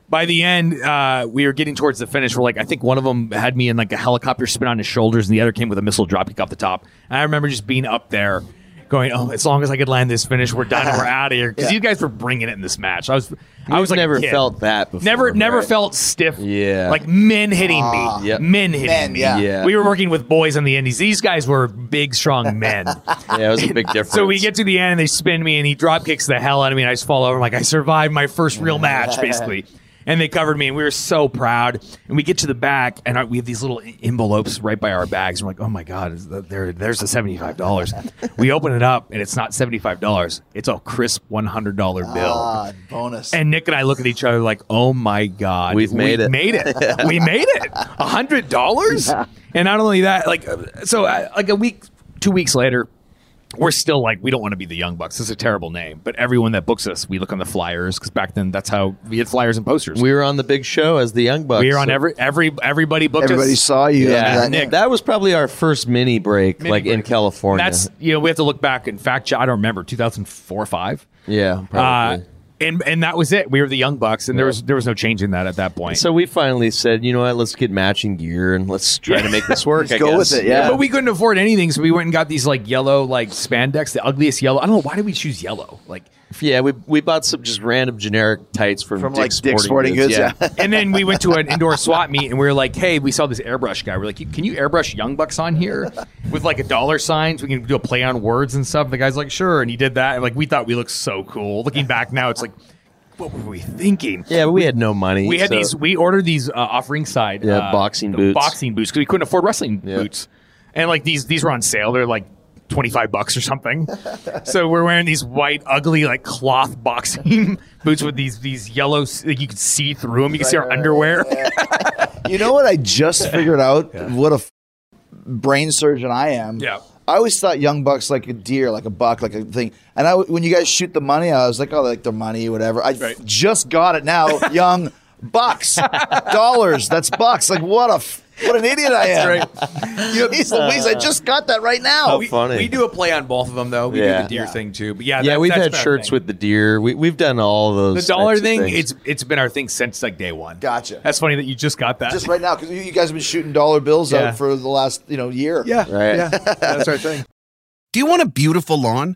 By the end, uh, we were getting towards the finish. We're like, I think one of them had me in like a helicopter spin on his shoulders, and the other came with a missile dropkick off the top. And I remember just being up there, going, "Oh, as long as I could land this finish, we're done. and We're out of here." Because you guys were bringing it in this match. I was, I You've was like a never kid. felt that before. Never, never right? felt stiff. Yeah. Ah. like men hitting me. Yep. Men hitting Men, me. yeah. Yeah. we were working with boys on the indies. These guys were big, strong men. Yeah, it was a big difference. so we get to the end, and they spin me, and he drop kicks the hell out of me, and I just fall over. I'm like, I survived my first real match, basically. And they covered me, and we were so proud. And we get to the back, and I, we have these little e-, envelopes right by our bags. We're like, oh my god, is that- there, there's the seventy five dollars. we open it up, and it's not seventy five dollars. It's a crisp one hundred dollar bill. God, bonus. And Nick and I look at each other like, "Oh my god, We've made it. Made it. we made it. A hundred dollars." And not only that, like, uh, so uh, like a week, two weeks later, we're still like, we don't want to be the Young Bucks. It's a terrible name, but everyone that books us, we look on the flyers because back then that's how we had flyers and posters. We, we were on the big show as the Young Bucks. were on so- every every everybody booked Everybody us. saw you. Yeah, under that Nick. That was probably our first mini break, like in break. California. That's you know we have to look back and fact check. I don't remember 2004 five. yeah, Uh, probably. and and that was it. We were the Young Bucks, and there was there was no changing that at that point. so we finally said, you know what? Let's get matching gear and let's try to make this work. I go with guess. it, yeah. But we couldn't afford anything, so we went and got these like yellow like spandex, the ugliest yellow. I don't know why did we choose yellow, like. yeah. We we bought some just random generic tights from, From, like, Dick's Dick's Sporting Goods, yeah. And then we went to an indoor swap meet, and we were like, "Hey, we saw this airbrush guy. We're like, can you airbrush Young Bucks on here with like a dollar sign? So we can do a play on words and stuff." The guy's like, "Sure," and he did that. And like we thought we looked so cool. Looking back now, it's like, what were we thinking? Yeah, but we had no money. We had so- these. We ordered these uh, off ringside. Yeah, uh, boxing the boots. Boxing boots because we couldn't afford wrestling Yeah. boots, and like these these were on sale. They're like. 25 bucks or something. so we're wearing these white ugly like cloth boxing boots with these these yellow like you can see through them. You can see our underwear. You know what I just figured out? What a f- brain surgeon I am. Yeah. I always thought young bucks like a deer, like a buck, like a thing. And I, when you guys shoot the money, I was like, oh, like their money, whatever. I Right. just got it now. young bucks, dollars. That's bucks. Like what a f- what an idiot I am. You know, geez Louise, I just got that right now. We- funny. we do a play on both of them though. We do Yeah. the deer thing too. But yeah, Yeah, we've had shirts with the deer. We we've done all those. the dollar types of thing. things. It's it's been our thing since like day one. Gotcha. That's funny that you just got that. just right now, because you you guys have been shooting dollar bills Yeah. out for the last you know year. yeah, Right. Yeah, that's our thing. Do you want a beautiful lawn?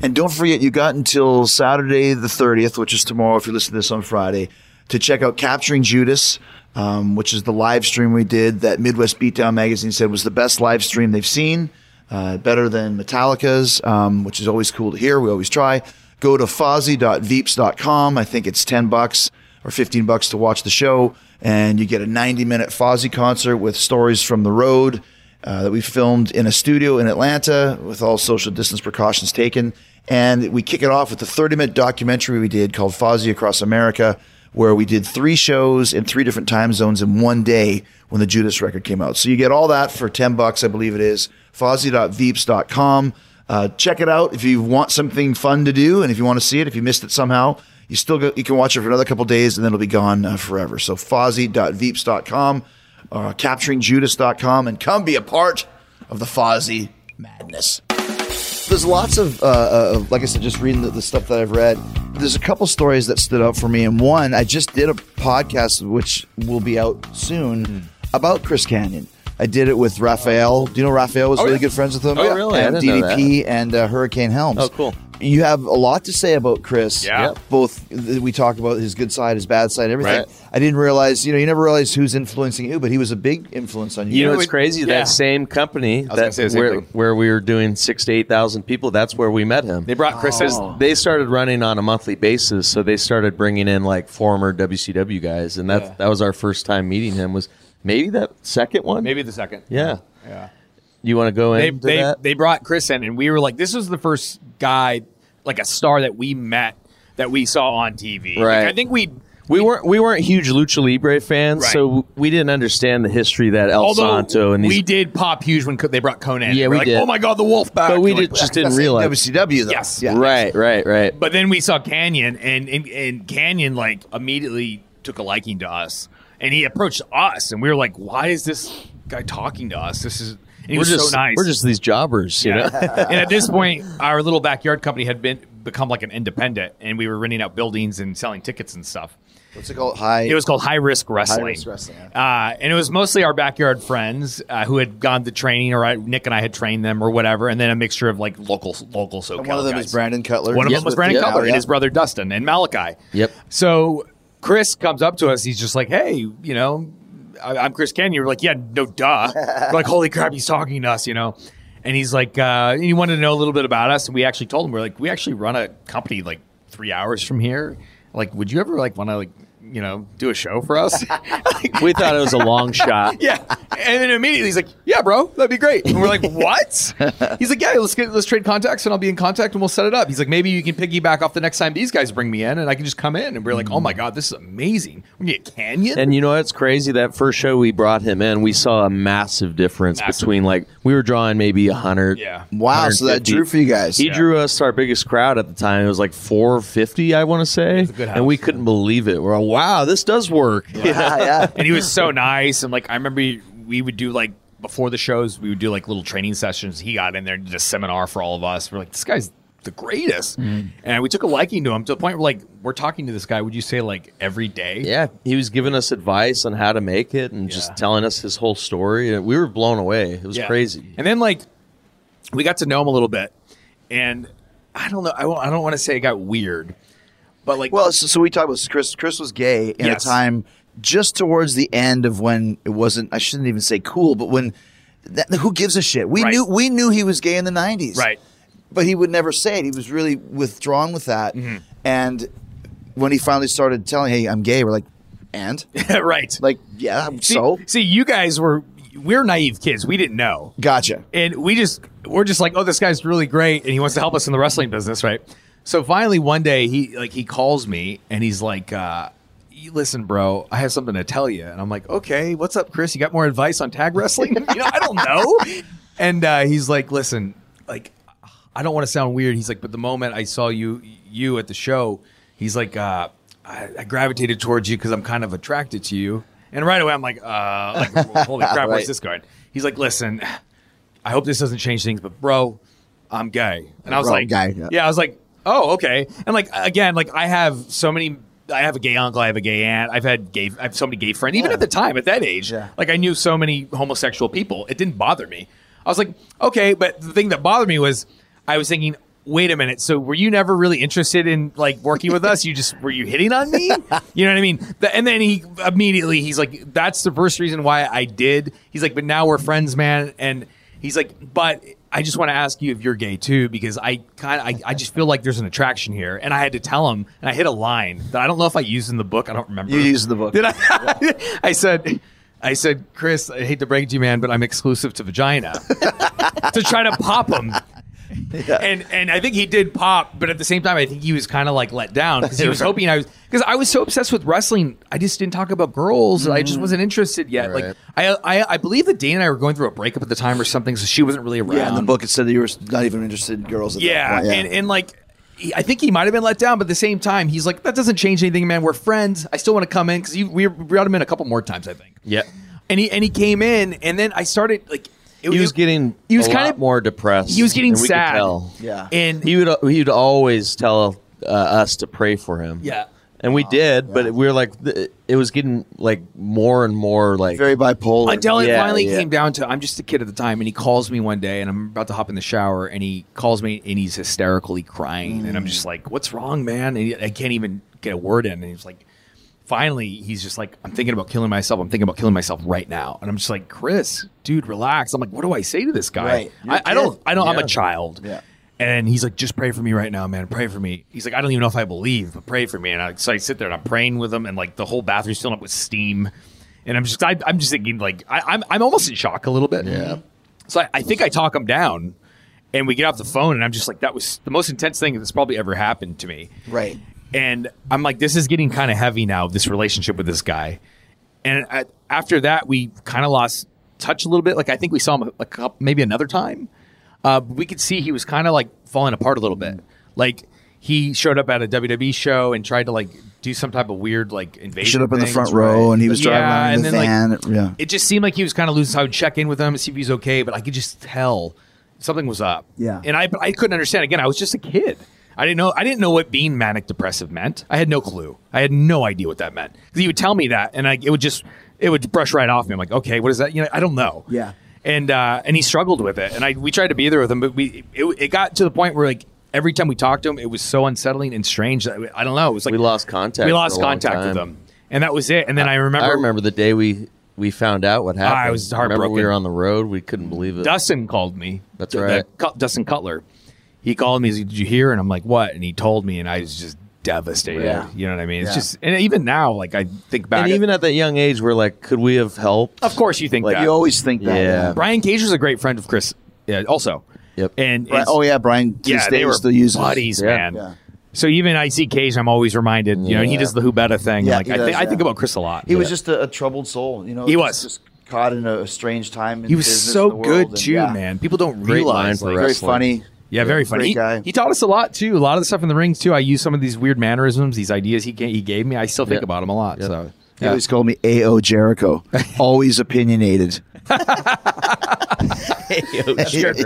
And don't forget, you got until Saturday the 30th, which is tomorrow if you listen to this on Friday, to check out Capturing Judas, um, which is the live stream we did that Midwest Beatdown Magazine said was the best live stream they've seen, uh, better than Metallica's, um, which is always cool to hear. We always try. Go to fozzy.veeps.com. I think it's 10 bucks or 15 bucks to watch the show. And you get a 90 minute Fozzy concert with stories from the road uh, that we filmed in a studio in Atlanta with all social distance precautions taken. And we kick it off with a 30 minute documentary we did called Fozzy Across America, where we did three shows in three different time zones in one day when the Judas record came out. So you get all that for 10 bucks, I believe it is. Fozzy.veeps.com. Uh, check it out if you want something fun to do and if you want to see it, if you missed it somehow. You still go, you can watch it for another couple days and then it'll be gone uh, forever. So fozzy.veeps.com uh, capturingjudas.com and come be a part of the Fozzy madness. There's lots of, uh, uh, of- like I said, just reading the, the stuff that I've read. There's a couple stories that stood out for me. And one, I just did a podcast, which will be out soon, Hmm. about Chris Canyon. I did it with Raphael. Do you know Raphael was really good friends with him? Oh, yeah. really? I And didn't know that. DDP and uh, Hurricane Helms. Oh, cool. You have a lot to say about Chris. Yeah. Yep. Both th- we talk about his good side, his bad side, everything. Right. I didn't realize, you know, you never realize who's influencing who, but he was a big influence on you. You know, know, it's it- crazy. yeah. That same company was gonna that say the same where, thing. where we were doing six to eight thousand people, that's where we met him. They brought Chris as They started running on a monthly basis, so they started bringing in like former WCW guys, and that that was our first time meeting him. Was maybe that second one. Maybe the second. Yeah. Yeah. You want to go They into they, that? they brought Chris in, and we were like, this was the first guy, like a star that we met that we saw on TV. Like, Right. I think we we weren't we weren't huge lucha libre fans, Right. so we didn't understand the history that El although Santo and these. we did pop huge when co- they brought Conan. Yeah, We're we like, did. Oh my God, the Wolf back. but we We're like, did, just didn't realize. WCW though. Yes. Yeah. Right, right, right. But then we saw Canyon, and, and and Canyon like immediately took a liking to us, and he approached us, and we were like, "Why is this guy talking to us? This is." And he we're was just so nice. we're just these jobbers, you know. Yeah. and at this point, our little backyard company had been become like an independent, and we were renting out buildings and selling tickets and stuff. What's it called? High. It was called High Risk Wrestling. Risk Wrestling, Uh, and it was mostly our backyard friends uh, who had gone to training, or I, Nick and I had trained them, or whatever, and then a mixture of like local local SoCal. And one of them guys. is Brandon Cutler. One of Yes, them was with Brandon the- Cutler yeah. and his brother Dustin and Malachi. Yep. So Chris comes up to us. He's just like, "Hey, you know, I, I'm Chris Kenyon." We're like, "Yeah, no, duh." We're like, "Holy crap, he's talking to us," you know. And he's like, uh, and he wanted to know a little bit about us, and we actually told him we're like, we actually run a company like three hours from here. Like, would you ever like want to like you know do a show for us? we thought it was a long shot. yeah. And then immediately he's like, "Yeah, bro, that'd be great." And we're like, "What?" He's like, "Yeah, let's get let's trade contacts, and I'll be in contact, and we'll set it up." He's like, "Maybe you can piggyback off the next time these guys bring me in, and I can just come in." And we're like, "Oh my god, this is amazing! We need a canyon." And you know what's crazy? That first show we brought him in, we saw a massive difference Massive. between like we were drawing maybe a hundred. yeah, Wow, so that 150. drew for you guys. He drew us our biggest crowd at the time. It was like 450, I want to say, good house, and we couldn't believe it. We're like, wow, this does work. yeah, yeah. and he was so nice, and like I remember we would do like before the shows, we would do like little training sessions. He got in there and did a seminar for all of us. We're like, "This guy's." The greatest, and we took a liking to him to the point where, like, we're talking to this guy. Would you say like every day? Yeah, he was giving us advice on how to make it and Yeah. just telling us his whole story. And we were blown away. It was Yeah. crazy. And then like we got to know him a little bit, and I don't know. I, won't- I don't want to say it got weird, but like Well, so, so we talked about Chris. Chris was gay in Yes. a time just towards the end of when it wasn't. I shouldn't even say cool, but when that, who gives a shit? We Right. knew we knew he was gay in the '90s, right. But he would never say it. He was really withdrawn with that. Mm-hmm. And when he finally started telling, "Hey, I'm gay," we're like, "And right. like, yeah, see, so see, you guys were we're naive kids. We didn't know. gotcha." and we just we're just like, oh, this guy's really great, and he wants to help us in the wrestling business, right? So finally, one day he like he calls me and he's like, uh, "You- "Listen, bro, I have something to tell you." And I'm like, "Okay, what's up, Chris? You got more advice on tag wrestling? you know, I don't know." And uh, he's like, "Listen, like, I don't want to sound weird." He's like, "But the moment I saw you you at the show, he's like, uh, I, I gravitated towards you because I'm kind of attracted to you." And right away, I'm like, uh, like "Holy crap, where's Right. this going?" He's like, "Listen." I hope this doesn't change things, but bro, I'm gay. And I was Bro, like, gay, yeah. yeah. I was like, oh, okay. And like, again, like I have so many, I have a gay uncle, I have a gay aunt, I've had gay, I have so many gay friends, even at the time, at that age, Yeah. like I knew so many homosexual people. It didn't bother me. I was like, okay. But the thing that bothered me was I was thinking, wait a minute. So were you never really interested in like working with us? You just, were you hitting on me? You know what I mean? The- and then he immediately, he's like, that's the first reason why I did. He's like, but now we're friends, man. And he's like, but I just want to ask you if you're gay too, because I kind of, I, I just feel like there's an attraction here. And I had to tell him, and I hit a line that I don't know if I used in the book. I don't remember. You used the book. Did I? I said, I said, Chris, I hate to break it to you, man, but I'm exclusive to vagina. to try to pop him. And and I think he did pop, but at the same time, I think he was kind of like let down because he was hoping I was because I was so obsessed with wrestling, I just didn't talk about girls. and I just wasn't interested yet. Like I, I I believe that Dana and I were going through a breakup at the time or something, so she wasn't really around. Yeah, in the book it said that you were not even interested in girls. At um, Yeah, that point. And, and like he- I think he might have been let down, but at the same time, he's like, that doesn't change anything, man. We're friends. I still want to come in because we brought him in a couple more times, I think. Yeah. and he and he came in, and then I started like it He was getting he was a kind lot of more depressed. he was getting and we could sad. tell. Yeah. and He would he would always tell uh, us to pray for him. Yeah. And we did, but we were like th- it was getting like more and more like very bipolar. Until it Yeah, finally yeah. came down to I'm just a kid at the time, and he calls me one day, and I'm about to hop in the shower, and he calls me, and he's hysterically crying, and I'm Mm. just like, "What's wrong, man?" And he- I can't even get a word in, and he's like, "Finally, he's just like, I'm thinking about killing myself. I'm thinking about killing myself right now," and I'm just like, "Chris, dude, relax." I'm like, "What do I say to this guy? Right. You're I, a I don't, kid. I don't. I'm a Yeah. child." Yeah. And he's like, just pray for me right now, man. Pray for me. He's like, I don't even know if I believe, but pray for me. And I, so I sit there and I'm praying with him, and like the whole bathroom's filling up with steam. and I'm just I, I'm just thinking like I, I'm I'm almost in shock a little bit. Yeah. So I, I think I talk him down, and we get off the phone, and I'm just like, that was the most intense thing that's probably ever happened to me. Right. And I'm like, this is getting kind of heavy now. This relationship with this guy, and I, after that, we kind of lost touch a little bit. Like I think we saw him a, a couple, maybe another time. Uh, but we could see he was kind of like falling apart a little bit. Like he showed up at a WWE show and tried to like do some type of weird like invasion. Showed up in the thing. front row, and he was Yeah, driving around in and the then, van. like, yeah. it just seemed like he was kind of losing. So I would check in with him and see if he's okay, but I could just tell something was up. Yeah. and I but I couldn't understand. Again, I was just a kid. I didn't know. I didn't know what being manic depressive meant. I had no clue. I had no idea what that meant. 'Cause He would tell me that, and I, it would just it would brush right off me. I'm like, okay, what is that? You know, I don't know. Yeah. And uh, and he struggled with it, and I we tried to be there with him, but we it, it got to the point where like every time we talked to him, it was so unsettling and strange. That I don't know. It was like We lost contact We for lost a long contact with time. him, and that was it. And then I remember. I remember the day we we found out what happened. I was heartbroken. Remember we were on the road. We couldn't believe it. Dustin called me. That's The- the right. Cut- Dustin Cutler. He called me. He's like, Did you hear? And I'm like, What? And he told me, and I was just devastated. Yeah. You know what I mean? It's just, and even now, like I think back, and even at that young age, we're like, could we have helped? of course you think Like, that. You always think that. Yeah. Brian Cage was a great friend of Chris. Yeah, also. Yep. And Bri- it's- oh yeah, Brian. to yeah, this they day were still uses it. buddies, Yeah. man. Yeah. So even I see Cage, I'm always reminded. You know, and he does the Who Betta thing. Yeah, like he I, thi- does, I think yeah. about Chris a lot. He was Yeah. just a, a troubled soul, you know. He just- was. just caught in a, a strange time. In he was business, so in the world, good and- too, yeah. man. People don't Great line realize for like, Very Wrestling. funny. Yeah, very funny. Great He, guy. he taught us a lot too. A lot of the stuff in the rings too. I use some of these weird mannerisms, these ideas he ga- he gave me. I still think Yeah. about him a lot. So He always called me A.O. Jericho. Always opinionated.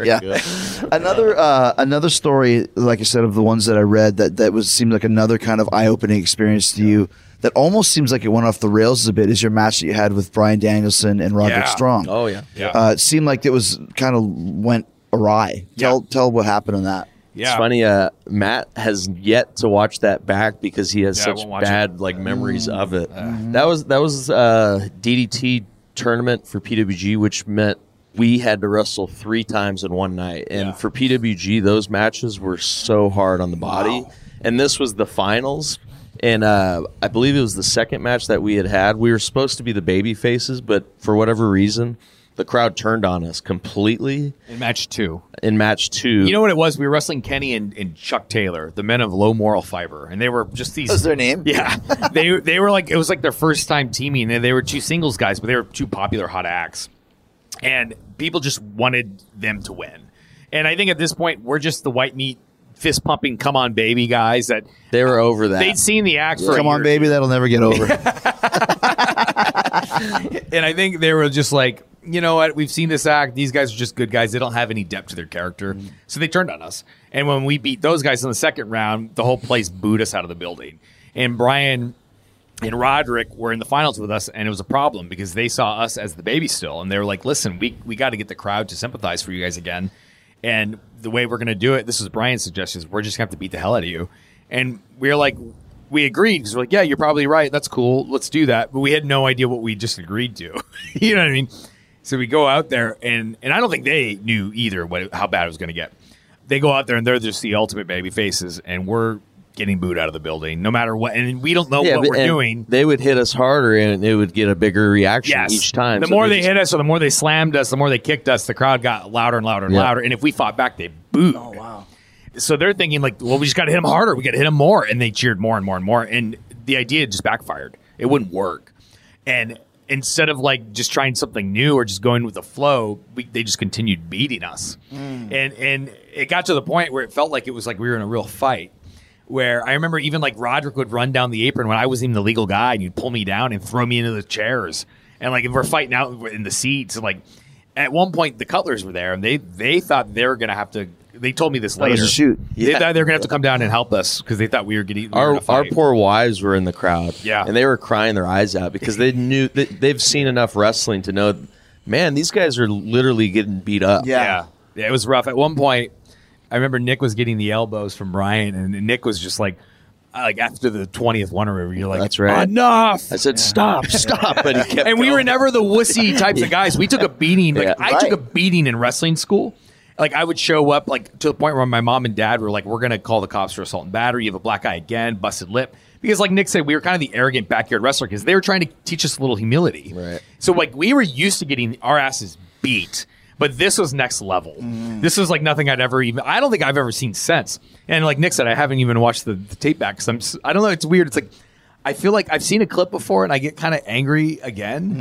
yeah. Another uh, another story, like I said, of the ones that I read that that was seemed like another kind of eye opening experience to you. That almost seems like it went off the rails a bit. Is your match that you had with Brian Danielson and Roderick Yeah. Strong? Oh yeah. yeah, Uh, it seemed like it was kind of went awry. Tell tell what happened on that. yeah. It's funny. Uh, Matt has yet to watch that back because he has Yeah, I such won't watch Ah. bad like memories of it. That was that was uh, DDT tournament for PWG, which meant we had to wrestle three times in one night. And for PWG, those matches were so hard on the body. And this was the finals. And uh, I believe it was the second match that we had had. We were supposed to be the baby faces, but for whatever reason, the crowd turned on us completely In match two, in match two. you know what it was? We were wrestling Kenny and, and Chuck Taylor, the men of low moral fiber, and they were just these. That was their name? Yeah, they they were like it was like their first time teaming. They, they were two singles guys, but they were two popular hot acts, and people just wanted them to win. And I think at this point, we're just the white meat, fist pumping, come on baby guys that they were over that. they'd seen the act for a Come year on, or baby, that'll never get over. and I think they were just like, you know what? We've seen this act. These guys are just good guys. They don't have any depth to their character. Mm-hmm. So they turned on us. And when we beat those guys in the second round, the whole place booed us out of the building. And Brian and Roderick were in the finals with us, and it was a problem because they saw us as the baby still. And they were like, listen, we, we got to get the crowd to sympathize for you guys again. And the way we're going to do it, this is Brian's suggestions. We're just going to have to beat the hell out of you. And we are like, we agreed because we're like, yeah, you're probably right. That's cool. Let's do that. But we had no idea what we just agreed to. you know what I mean? So we go out there, and and I don't think they knew either what how bad it was going to get. They go out there, and they're just the ultimate baby faces, and we're getting booed out of the building no matter what. And we don't know what but- we're and doing. They would hit us harder, and it would get a bigger reaction Yes. each time. The So more they they just- hit us, or the more they slammed us, the more they kicked us, the crowd got louder and louder and Yeah. louder. And if we fought back, they booed. Oh, wow. So they're thinking, like, well, we just got to hit them harder. We got to hit them more. And they cheered more and more and more. And the idea just backfired. It wouldn't work. And instead of like just trying something new or just going with the flow, we, they just continued beating us. And, and it got to the point where it felt like it was like we were in a real fight where I remember even like Roderick would run down the apron when I was even the legal guy, and he'd pull me down and throw me into the chairs, and like if we're fighting out in the seats, and like at one point the Cutlers were there, and they they thought they were gonna have to. They told me this it later. was a shoot. They thought they were gonna have to come down and help us because they thought we were getting we were in Our, a our fight. poor wives were in the crowd, Yeah. and they were crying their eyes out because they knew that they've seen enough wrestling to know, man, these guys are literally getting beat up. Yeah. yeah. Yeah, it was rough. At one point, I remember Nick was getting the elbows from Brian, and Nick was just like, uh, like after the twentieth one or whatever, you're like, That's right. enough. I said, stop, stop, but he kept. and we were never the wussy types of guys. We took a beating. Like Yeah. I took a beating in wrestling school. Like I would show up like to the point where my mom and dad were like, "We're gonna call the cops for assault and battery. You have a black eye again, busted lip." because like Nick said, we were kind of the arrogant backyard wrestler because they were trying to teach us a little humility. Right. So like we were used to getting our asses beat, but this was next level. This was like nothing I'd ever even. I don't think I've ever seen since. And like Nick said, I haven't even watched the, the tape back because I'm. s- I don't know. It's weird. It's like. I feel like I've seen a clip before and I get kind of angry again.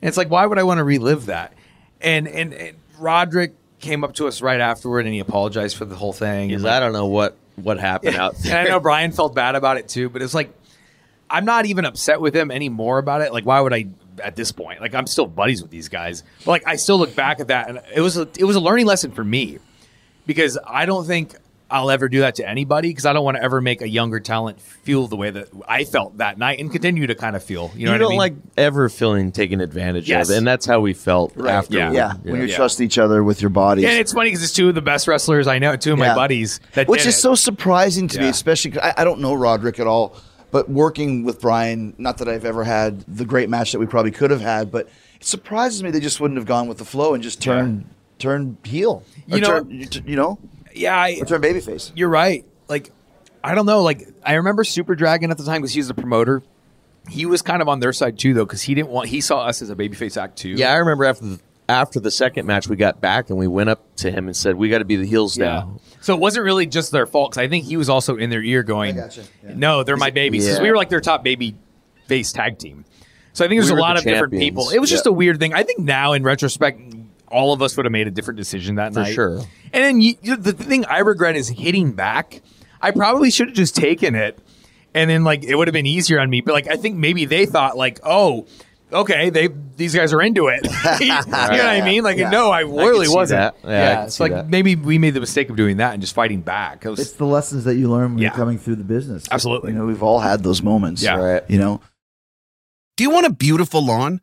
And it's like, why would I want to relive that? And, and and Roderick came up to us right afterward and he apologized for the whole thing. Because And, like, I don't know what what happened out and there. I know Brian felt bad about it too, but it's like I'm not even upset with him anymore about it. Like, why would I at this point? Like, I'm still buddies with these guys. But like, I still look back at that, and it was a, it was a learning lesson for me because I don't think I'll ever do that to anybody because I don't want to ever make a younger talent feel the way that I felt that night and continue to kind of feel. You You, know, what don't I mean? like ever feeling taken advantage Yes. of, and that's how we felt after. Yeah. Yeah, when you Yeah. trust each other with your bodies. And it's funny because it's two of the best wrestlers I know, two of my Yeah. buddies. That Which did is it. so surprising to me, Yeah. especially 'cause I, I don't know Roderick at all. But working with Brian, not that I've ever had the great match that we probably could have had, but it surprises me they just wouldn't have gone with the flow and just turned turned heel. or You know- turn, you know, yeah. I, or turn babyface. You're right. Like, I don't know. Like, I remember Super Dragon at the time because he was the promoter. He was kind of on their side too, though, because he didn't want. He saw us as a babyface act too. Yeah, I remember after the, after the second match, we got back and we went up to him and said, "We got to be the heels Yeah. now." So it wasn't really just their fault. 'cause I think he was also in their ear going, gotcha. Yeah. "No, they're my babies." 'Cause Yeah. we were like their top baby face tag team. So I think there's a We were lot the of different champions. people. It was just a weird thing. I think now in retrospect, all of us would have made a different decision that For night sure. And then you, you- the thing I regret is hitting back. I probably should have just taken it, and then like it would have been easier on me. But like I think maybe they thought like, oh. Okay, they these guys are into it. you know what I mean? Like, Yeah. no, I really see wasn't. that. Yeah, I can it's see like that. maybe we made the mistake of doing that and just fighting back. It was- It's the lessons that you learn when Yeah. you're coming through the business. absolutely. You know, we've all had those moments. Yeah. Right. You know, Do you want a beautiful lawn?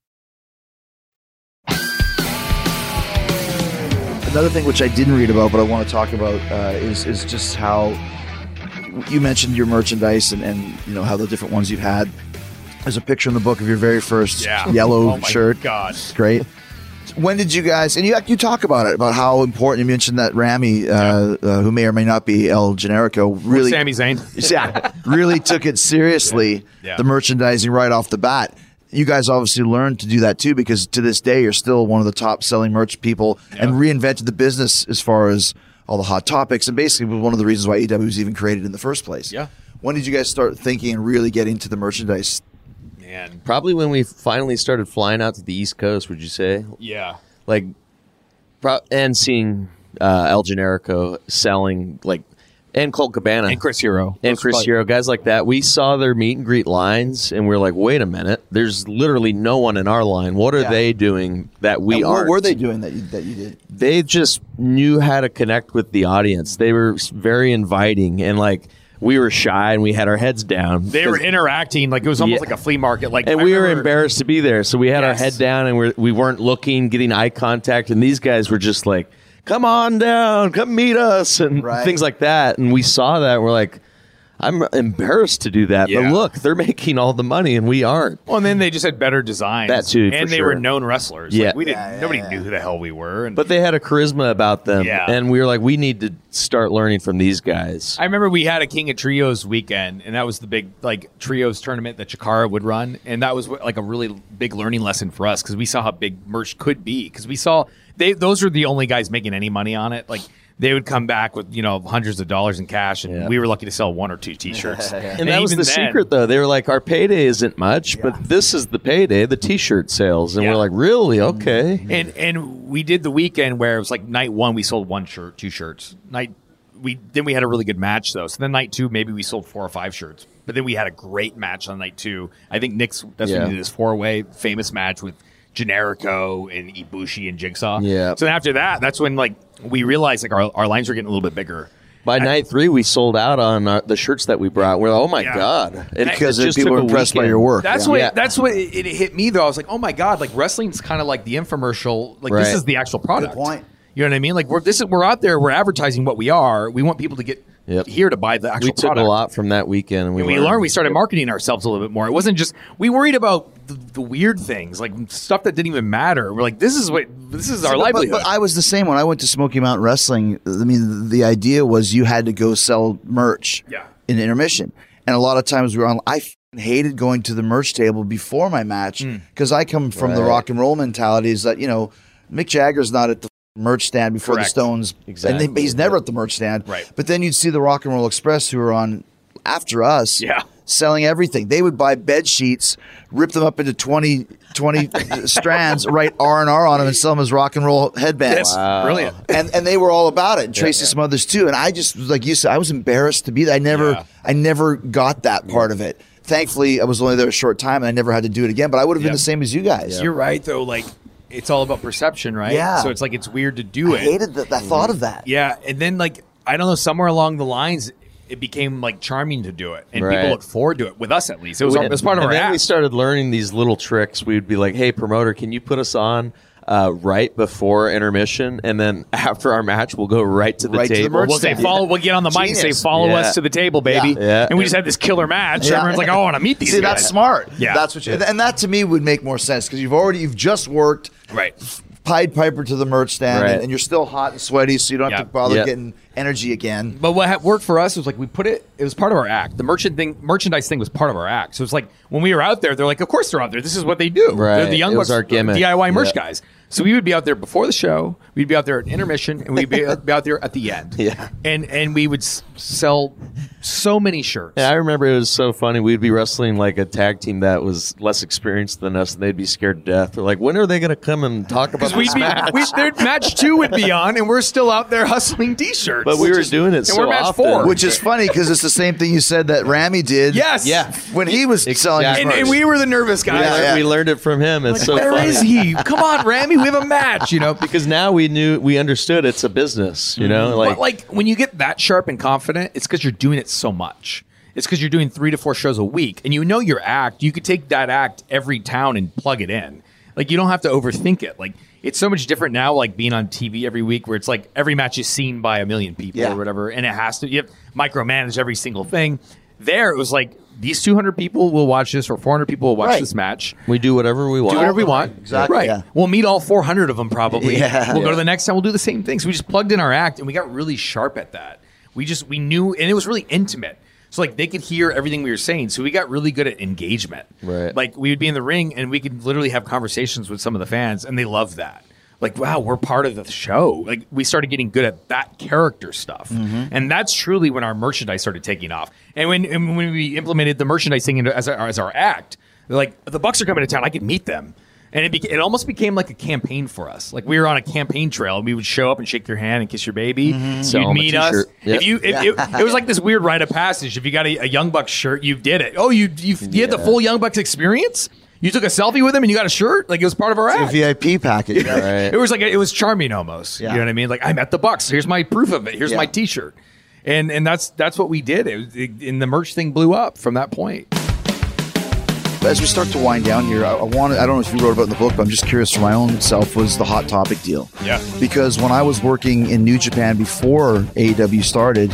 Another thing which I didn't read about, but I want to talk about, uh, is is just how you mentioned your merchandise and, and you know how the different ones you've had. There's a picture in the book of your very first Yeah. yellow Oh my shirt. God. It's great. When did you guys? And you you talk about it about how important you mentioned that Rami, uh, uh, who may or may not be El Generico, really Sami Zayn. yeah, really took it seriously. Yeah. The merchandising right off the bat. You guys obviously learned to do that too, because to this day you're still one of the top selling merch people, and reinvented the business as far as all the hot topics, and basically was one of the reasons why EW was even created in the first place. Yeah. When did you guys start thinking and really get into the merchandise? Man, Probably when we finally started flying out to the East Coast. Would you say? yeah. like pro- and seeing uh, El Generico selling like and Colt Cabana And Chris Hero. and Chris Hero guys like that. We saw their meet and greet lines and we are like, wait a minute, there's literally no one in our line. What are Yeah. they doing that we And are? what were they doing that you, that you did? They just knew how to connect with the audience. They were s- very inviting and like we were shy and we had our heads down. They were interacting like it was almost Yeah. like a flea market. Like, and I we were remember- embarrassed to be there. So we had Yes. our head down and we're, we weren't looking, getting eye contact. And these guys were just like, come on down, come meet us, and Right. things like that. And we saw that. And we're like, I'm embarrassed to do that. Yeah. But look, they're making all the money and we aren't. Well, and then they just had better designs. That too, for And they were sure. known wrestlers. Yeah. Like, we didn't. nobody knew who the hell we were. And But they had a charisma about them. Yeah. And we were like, we need to start learning from these guys. I remember we had a King of Trios weekend, and that was the big like trios tournament that Chikara would run, and that was what- like a really big learning lesson for us because we saw how big merch could be because we saw they those were the only guys making any money on it. Like they would come back with you know hundreds of dollars in cash, and Yeah. we were lucky to sell one or two T-shirts. and that was even the then- secret, though. They were like, "Our payday isn't much, but this is the payday, the T-shirt sales." And Yeah. we're like, "Really? Okay." And and we did the weekend where it was like night one we sold one shirt, two shirts. Night we then we had a really good match though. So then night two maybe we sold four or five shirts. But then we had a great match on night two. I think Nick's that's when Yeah. he did his four way famous match with Generico and Ibushi and Jigsaw. Yeah. So then after that, that's when like we realized like our, our lines were getting a little bit bigger. By night three, we sold out on uh, the shirts that we brought. We're like, oh my Yeah. god, And it Because just people took were a impressed by weekend. your work. That's Yeah. what Yeah. that's what it, it hit me though. I was like, oh my god, like wrestling's kind of like the infomercial. Like this Right. is the actual product. point. You know what I mean? Like we're this is we're out there. We're advertising what we are. We want people to get Yep. here to buy the actual. we took product. a lot from that weekend, and we, We learned. We started marketing ourselves a little bit more. It wasn't just we worried about the, the weird things, like stuff that didn't even matter. We're like, this is what this is our But- but- livelihood. But, I was the same when I went to Smoky Mountain Wrestling. I mean, the idea was you had to go sell merch Yeah. in intermission, and a lot of times we were on. I f***ing hated going to the merch table before my match Hmm. because I come from the Right. rock and roll mentality. Is that you know Mick Jagger's not at the f***ing merch stand before Correct. the Stones, and they, Exactly. he's never at the merch stand. Right. But then you'd see the Rock and Roll Express who were on after us Yeah. selling everything. They would buy bed sheets, rip them up into 20, 20 strands, write R and R on them, and sell them as rock and roll headbands. That's brilliant. And and they were all about it. And Tracy, some others too. And I just was like you said, I was embarrassed to be there. I never, Yeah. I never got that part of it. Thankfully, I was only there a short time, and I never had to do it again. But I would have been Yeah. the same as you guys. You're right though. Like it's all about perception, right? Yeah. So it's like it's weird to do I it. Mm-hmm. hated the, the thought of that. Yeah, and then like I don't know, somewhere along the lines, it became like charming to do it, and Right. people looked forward to it with us at least. It was, our, it was part of and our then act. we started learning these little tricks. We'd be like, "Hey, promoter, can you put us on uh, right before intermission, and then after our match, we'll go right to the Right to the table." merch We'll say stand. follow. We'll get on the mic and say Genius. follow Yeah. us to the table, baby. Yeah. Yeah. And we just had this killer match. Yeah. Everyone's like, oh, I want to meet these See, guys. that's smart. Yeah. that's what. You, and that to me would make more sense because you've already you've just worked Right. Pied Piper to the merch stand, Right. and, and you're still hot and sweaty, so you don't Yeah. have to bother Yeah. getting energy again. But what ha- worked for us was like we put it. It was part of our act. The merchant thing, merchandise thing, was part of our act. So it's like when we were out there, they're like, "Of course they're out there. This is what they do. They're Right. the young It was bucks, our gimmick. DIY merch Yeah. guys." So we would be out there before the show. We'd be out there at intermission, and we'd be, uh, be out there at the end. Yeah. and and we would s- sell so many shirts. Yeah, I remember it was so funny. We'd be wrestling like a tag team that was less experienced than us, and they'd be scared to death. They're like, "When are they going to come and talk about Because we'd this be, match?" we, their match two would be on, and we're still out there hustling T-shirts. But we Which were is- doing it and so we're match often. four. Which is funny because it's the same thing you said that Ramy did. yes, yeah, When he was selling his Exactly. and, and merch. we were the nervous guys. Yeah, yeah. we learned it from him. It's so Where funny. is he? Come on, Ramy, we have a match. You know, Because now we knew we understood it's a business. You know, like, but Mm-hmm. like when you get that sharp and confident, it's because you're doing it so much. It's because you're doing three to four shows a week, and you know your act. You could take that act every town and plug it in. Like you don't have to overthink it. Like it's so much different now. Like being on TV every week, where it's like every match is seen by a million people Yeah. or whatever, and it has to. You have to micromanage every single thing. There, it was like these 200 people will watch this, or 400 people will watch Right. this match. we do whatever we want. Do whatever we want. Exactly, Right. yeah. We'll meet all 400 of them probably. Yeah. We'll go to the next time. We'll do the same thing. So we just plugged in our act and we got really sharp at that. We just, we knew, and it was really intimate. So like they could hear everything we were saying. So we got really good at engagement. Right. Like we would be in the ring and we could literally have conversations with some of the fans and they loved that. Like, wow, we're part of the show. Like we started getting good at that character stuff. Mm-hmm. And that's truly when our merchandise started taking off. And when, and when we implemented the merchandise thing into- as our, as our act, they're like the Bucks are coming to town. I could meet them, and it beca- it almost became like a campaign for us. Like we were on a campaign trail, and we would show up and shake your hand and kiss your baby. Mm-hmm. Sell 'em You'd a meet us. t-shirt. Yep. If you, if it, it was like this weird rite of passage. If you got a, a Young Bucks shirt, you did it. Oh, you you, you had the Yeah. full Young Bucks experience. You took a selfie with him and you got a shirt. Like it was part of our a act. VIP package. All right. It was like it was charming almost. You Yeah. know what I mean? Like I'm at the Bucks. Here's my proof of it. Here's Yeah. my T-shirt, and and that's that's what we did. It, was- it, and the merch thing blew up from that point. As we start to wind down here, I, I want I don't know if you wrote about it in the book, but I'm just curious for my own self was the hot topic deal. Yeah. Because when I was working in New Japan before AEW started,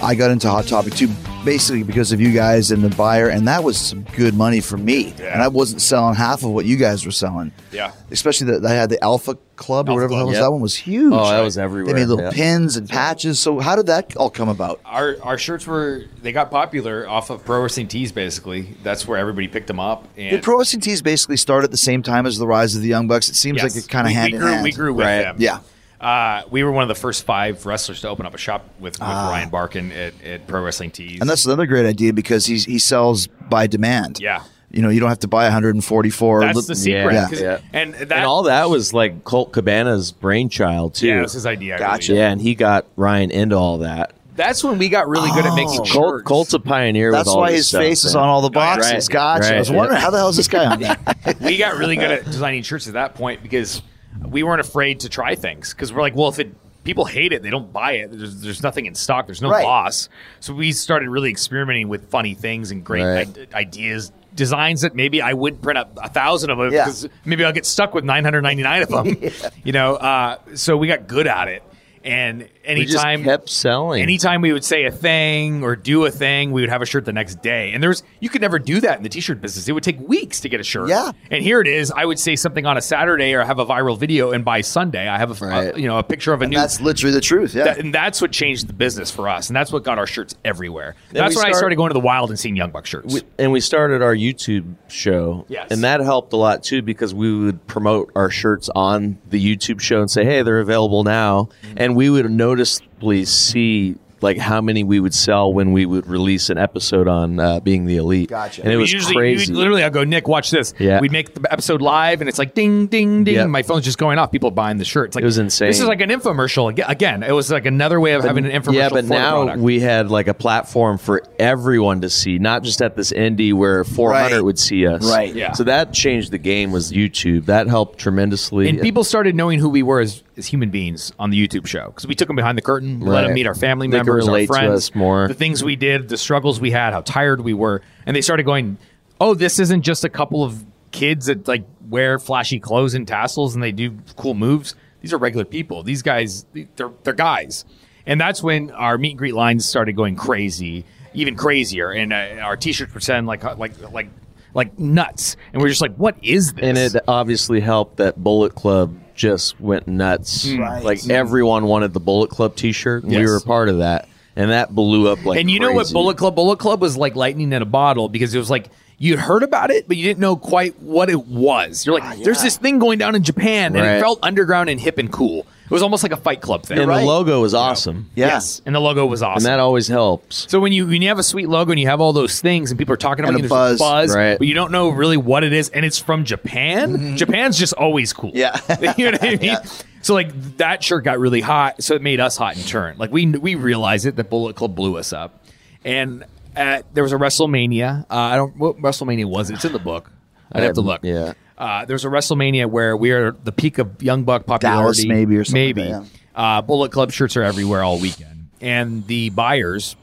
I got into hot topic too, basically because of you guys and the buyer, and that was some good money for me. And I wasn't selling half of what you guys were selling. Yeah. Especially that I had the Alpha Club or whatever the hell was Club, that yep. one was huge. Oh, that was everywhere, They made little yeah. pins and patches. So how did that all come about? our our shirts were they got popular off of pro wrestling tees basically that's where everybody picked them up and Did Pro Wrestling Tees basically start at the same time as the rise of the Young Bucks? It seems Yes. like it kind of We- hand we in grew, hand. we grew with them Yeah. uh, we were one of the first five wrestlers to open up a shop with, with Ryan Barkin at, at Pro Wrestling Tees. Ah. And that's another great idea because he's, he sells by demand. Yeah. You know, you don't have to buy 144. That's Li- the secret. Yeah. 'cause- Yeah. And that and all that was like Colt Cabana's brainchild too. yeah, it was his idea. I Gotcha. believe. Yeah, and he got Ryan into all that. That's when we got really good at making Oh. Colt, shirts. Colt's a pioneer. with That's all why this his stuff, face is man. on all the boxes. Right. Gotcha. I was Right. wondering how the hell is this guy on that? we got really good at designing shirts at that point because we weren't afraid to try things because we're like, well, if it people hate it. They don't buy it. There's, there's nothing in stock. There's no Right. loss. So we started really experimenting with funny things and great Right. i- ideas, designs that maybe I wouldn't print up a thousand of them Yeah. because maybe I'll get stuck with 999 of them. You know, uh, so we got good at it. And We just anytime kept selling. anytime we would say a thing or do a thing, we would have a shirt the next day. And there's you could never do that in the t-shirt business. It would take weeks to get a shirt. Yeah. And here it is. I would say something on a Saturday or have a viral video, and by Sunday I have a, Right. a- you know a picture of a new. That's literally the truth. Yeah. that- and that's what changed the business for us, and that's what got our shirts everywhere. Then that's we when I start- started going to the wild and seeing Young Buck shirts. we, and we started our YouTube show. Yes. And that helped a lot too because we would promote our shirts on the YouTube show and say, hey, they're available now. Mm-hmm. And we would noticeably see like how many we would sell when we would release an episode on uh, being the elite. Gotcha. And it We was usually, crazy. you- Literally, I go, Nick, watch this. Yeah. We'd make the episode live, and it's like ding, ding, ding. Yeah. My phone's just going off. People buying the shirts. Like It was insane. This is like an infomercial Ag- again. It was like another way of having an infomercial. yeah, but for the now product. we had like a platform for everyone to see, not just at this indie where 400 Right. would see us. Right. Yeah. So that changed the game was YouTube. That helped tremendously. and people started knowing who we were as, as human beings on the YouTube show because we took them behind the curtain, let Right. them meet our family They could members, our relate to friends, us more. the things we did, the struggles we had, how tired we were, and they started going, "Oh, this isn't just a couple of kids that like wear flashy clothes and tassels and they do cool moves. These are regular people. These guys, they're they're guys." And that's when our meet and greet lines started going crazy, even crazier, and uh, our t-shirts were selling like like like like nuts, and we're just like, "What is this?" And it obviously helped that Bullet Club just went nuts. Like everyone wanted the Bullet Club T-shirt, and we Hmm. Yes. were a part of that, and that blew up like. and you know what crazy. Bullet Club? Bullet Club was like lightning in a bottle because it was like you heard about it, but you didn't know quite what it was. You're like, there's this thing going down in Japan, and it Ah, Right. felt underground and hip and cool. It was almost like a Fight Club thing. and the logo was awesome. yeah. and the logo was awesome. and that always helps. so when you when you have a sweet logo and you have all those things and people are talking about And it, a there's a buzz, buzz, right. but you don't know really what it is, and it's from Japan. Japan's just always cool. Mm-hmm. Yeah. you know what I mean. So like that shirt got really hot, so it made us hot in turn. Like we we realized it that Bullet Club blew us up, and at, there was a WrestleMania. Uh, I don't what WrestleMania was. it? It's in the book. I'd have to look. yeah. Uh, there was a WrestleMania where we are the peak of Young Buck popularity, Dallas maybe or something like Maybe that, yeah. uh, Bullet Club shirts are everywhere all weekend, and the buyers,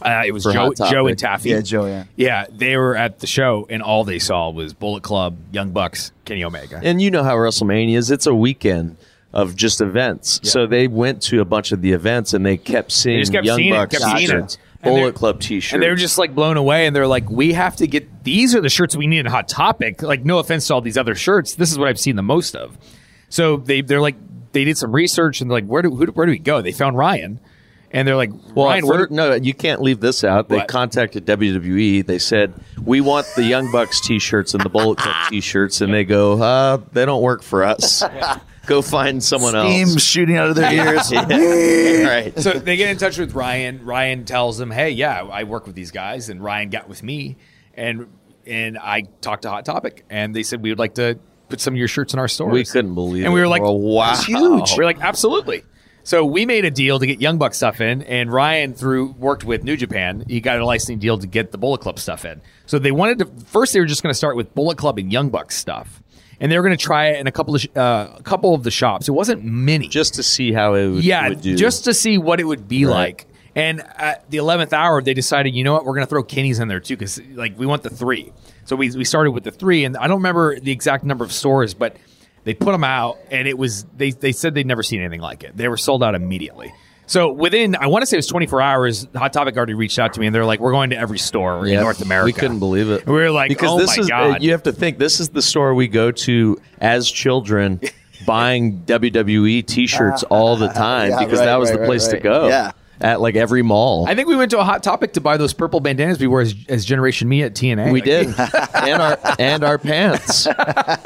uh, it was For Joe, Hot Topic. Joe and Taffy. Yeah, Joe, yeah. yeah, they were at the show, and all they saw was Bullet Club, Young Bucks, Kenny Omega. And you know how WrestleMania is; it's a weekend of just events. So they went to a bunch of the events, and they kept seeing just kept Young seeing it, Bucks kept seeing it. T-shirts, And they're- Bullet Club T-shirts, and they were just like blown away, and they're like, "We have to get these are the shirts we need in Hot Topic." Like, no offense to all these other shirts, this is what I've seen the most of. So they they're like they did some research, and they're like, "Where do who, do- where do we go?" They found Ryan, and they're like, Well, Ryan, at where first- do- no, you can't leave this out. They What? contacted WWE. They said we want the Young Bucks T-shirts and the Bullet Club T-shirts, and they go, uh, they don't work for us. go find someone Steam else. shooting out of their ears. right. so they get in touch with Ryan. Ryan tells them, "Hey, yeah, I work with these guys," and Ryan got with me, and and I talked to Hot Topic, and they said we would like to put some of your shirts in our stores. We couldn't believe and we it. were like, Well, wow. "That's huge!" We are like, "Absolutely." So we made a deal to get Young Buck stuff in, and Ryan through worked with New Japan. He got a licensing deal to get the Bullet Club stuff in. So they wanted to first they were just going to start with Bullet Club and Young Buck stuff, and they were going to try it in a couple of sh- uh, a couple of the shops. It wasn't many, just to see how it would, yeah, would do. just to see what it would be Right. like. And at the eleventh hour, they decided, you know what, we're going to throw Kenny's in there too because like we want the three. So we we started with the three, and I don't remember the exact number of stores, but they put them out, and it was they they said they'd never seen anything like it. They were sold out immediately. So within, I want to say it was 24 hours. Hot Topic already reached out to me, and they're like, "We're going to every store Yeah. in North America." We couldn't believe it. We were like, because "Oh this my is, God." You have to think this is the store we go to as children, buying WWE T-shirts all the time Ah. Yeah, because right, that was right, the right, place to right. go. Yeah. At like every mall. I think we went to a Hot Topic to buy those purple bandanas we wore as, as Generation Me at TNA. We Like, did, and our and our pants.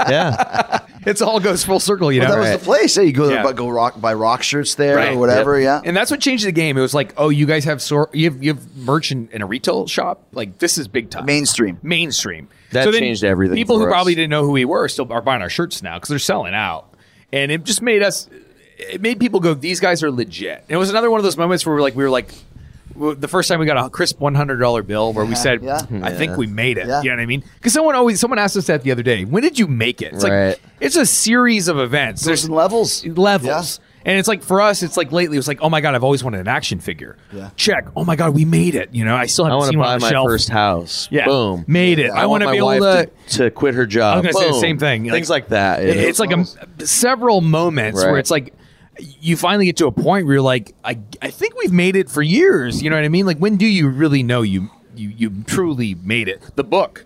Yeah, It's all goes full circle, you know. That was the place. Yeah, you go there, Yeah. but go rock buy rock shirts there Right. or whatever. Yep. Yeah, And that's what changed the game. It was like, oh, you guys have sor- you have you have merch in, in a retail shop. Like this is big time. mainstream. uh, Mainstream. That then changed everything People for who us. probably didn't know who we were still are buying our shirts now because they're selling out, and it just made us. It made people go, these guys are legit. And it was another one of those moments where we were like, we were like, well, the first time we got a crisp one hundred dollar bill where we said, Yeah. I think we made it. Yeah. You know what I mean? Because someone always someone asked us that the other day. When did you make it? It's Right. like it's a series of events. There's levels. levels. And it's like for us, it's like lately, it was like, oh my god, I've always wanted an action figure. Yeah. Check. Oh my god, we made it. You know, I still I haven't want to seen one buy on the my shelf. first house. Yeah. Boom. Made it. I wanna want my be able wife to- to, quit her job. I was gonna say the Boom. same thing, Things like- like that. It- it's like a, several moments where Right. it's like you finally get to a point where you're like, I, I think we've made it for years. You know what I mean? Like, when do you really know you you you truly made it? The book,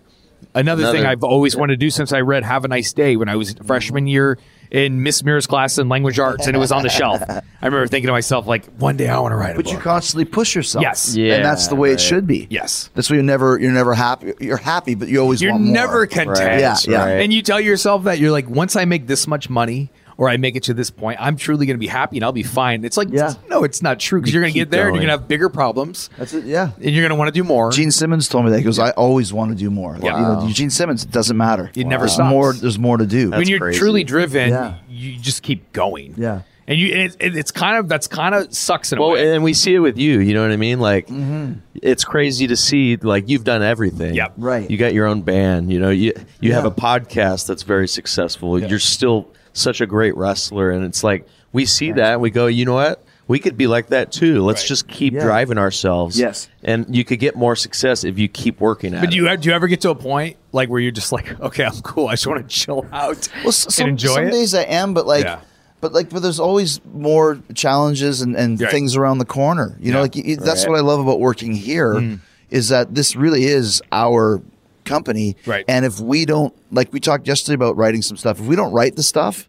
another, thing Another- I've always wanted to do since I read "Have a Nice Day" when I was freshman year in Miss Mirror's class in language arts, and it was on the shelf. I remember thinking to myself, like, one day I want to write a But book. you constantly push yourself. Yes. Yeah, and that's the way it should be. yes. That's why you're never you're never happy. You're happy, but you always You're want more. never content. Yeah, yeah. Right. And you tell yourself that you're like, once I make this much money or I make it to this point, I'm truly going to be happy and I'll be fine. It's like, Yeah. no, it's not true because you're going to get keep there and you're going. going to have bigger problems That's it. Yeah. and you're going to want to do more. Gene Simmons told me that. He goes, I always want to do more. Like, you know, Gene Simmons, it doesn't matter. It never There's stops. More, there's more to do. when you're crazy. truly driven, Yeah. you just keep going. Yeah. And you, and it, it- it's kind of that's kind of sucks in a Well, way. and we see it with you. You know what I mean? Like, Mm-hmm. it's crazy to see. Like, you've done everything. Yep. Right. You got your own band. You know, you you have a podcast that's very successful. You're still such a great wrestler, and it's like we see that and we go, you know what? We could be like that too. Let's just keep driving ourselves. Yes. And you could get more success if you keep working at But it. do you do you ever get to a point like where you're just like, okay, I'm cool. I just want to chill out Well, s- some, and enjoy some it. days I am, but like, Yeah. but like, but there's always more challenges and, and Right. things around the corner. You know, like you, that's what I love about working here Mm. is that this really is our company. Right. And if we don't, like we talked yesterday about writing some stuff, if we don't write the stuff,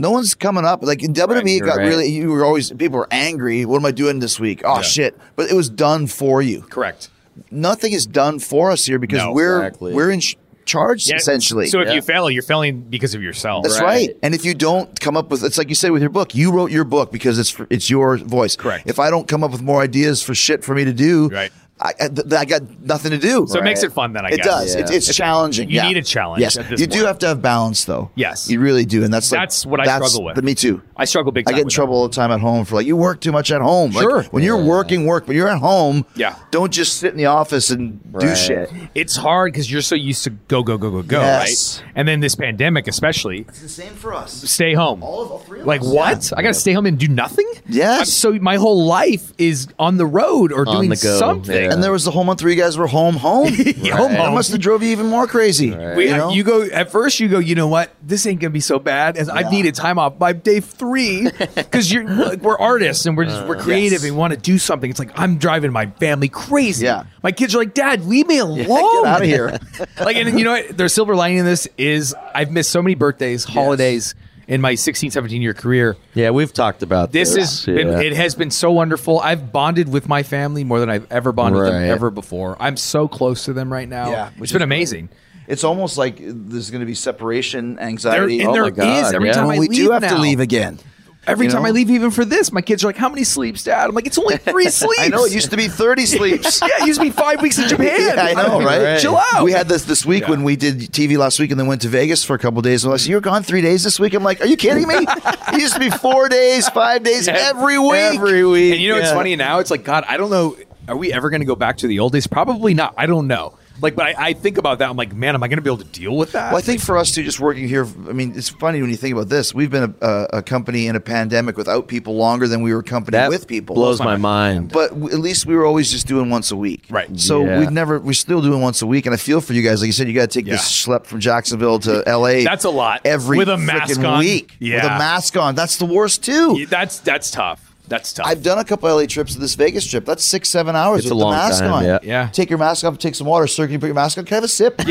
no one's coming up. Like in WWE, it you're got right. really, you were always, people were angry. What am I doing this week? Oh, shit. But it was done for you. Correct. Nothing is done for us here because No, we're, exactly. we're in ch- charge Yeah. essentially. So if Yeah. you fail, you're failing because of yourself. That's right. And if you don't come up with, it's like you said with your book, you wrote your book because it's it's your voice. Correct. If I don't come up with more ideas for shit for me to do, Right. I, I, th- I got nothing to do. So it makes it fun then, I it guess. does. It, it's challenging. you yeah. need a challenge Yes. at this you do point. have to have balance, though. Yes. You really do, and that's like, That's what I struggle with. But me too. I struggle big I time. get in with that. trouble all the time at home for like you work too much at home. Like, Sure. when you're working, work. When you're at home, Yeah. Don't just sit in the office and do Right. shit. It's hard because you're so used to go, go, go, go, go, Yes. right? And then this pandemic, especially, It's the same for us. stay home. All of- all three of like us, what? I got to stay home and do nothing. Yes. I'm so my whole life is on the road or doing the go, something. yeah. And there was the whole month where you guys were home, home. Home, That home. must have drove you even more crazy. We- you know? you go at first. You go. You know what? This ain't gonna be so bad. As I've needed time off by day three, because you're like, we're artists and we're just, Uh, we're creative and want to do something. It's like I'm driving my family crazy. Yeah. my kids are like, Dad, leave me alone. get out of here. like, and you know what? Their silver lining in this is I've missed so many birthdays, holidays in my 16, 17 year career. yeah, we've talked about This This has been, it has been so wonderful. I've bonded with my family more than I've ever bonded with them Right. ever before. I'm so close to them right now. Yeah, it's which been is amazing. it's almost like there's going to be separation There, anxiety. Oh and my there is God, every yeah. time When I we leave do have to now. leave again. Every You time know? I leave, even for this, my kids are like, "How many sleeps, Dad?" I'm like, "It's only three sleeps." I know it used to be 30 sleeps. yeah, it used to be five weeks in Japan. Yeah, I know, right? Chill out. We had this this week when we did TV last week and then went to Vegas for a couple days. And I said, "You were gone three days this week." I'm like, "Are you kidding me? it used to be four days, five days every week." every week. And you know, it's yeah. funny now. It's like, God, I don't know. Are we ever going to go back to the old days? Probably not. I don't know. Like, but I, I think about that. I'm like, man, am I going to be able to deal with that? Well, I think for us too, just working here. I mean, it's funny when you think about this. We've been a, a, a company in a pandemic without people longer than we were a company That with people. blows my mind. but w- at least we were always just doing once a week. Right. So Yeah. we've never, we're still doing once a week. And I feel for you guys. Like you said, you got to take Yeah. this schlep from Jacksonville to LA. That's a lot. Every With a mask frickin' on. week. With a Yeah. mask on. That's the worst too. Yeah, that's that's tough. That's tough. I've done a couple LA trips to this Vegas trip. That's six, seven hours It's with a the long mask time, on. yeah. Yeah. Take your mask off, take some water, sir. Can you put your mask on? Can I have a sip? and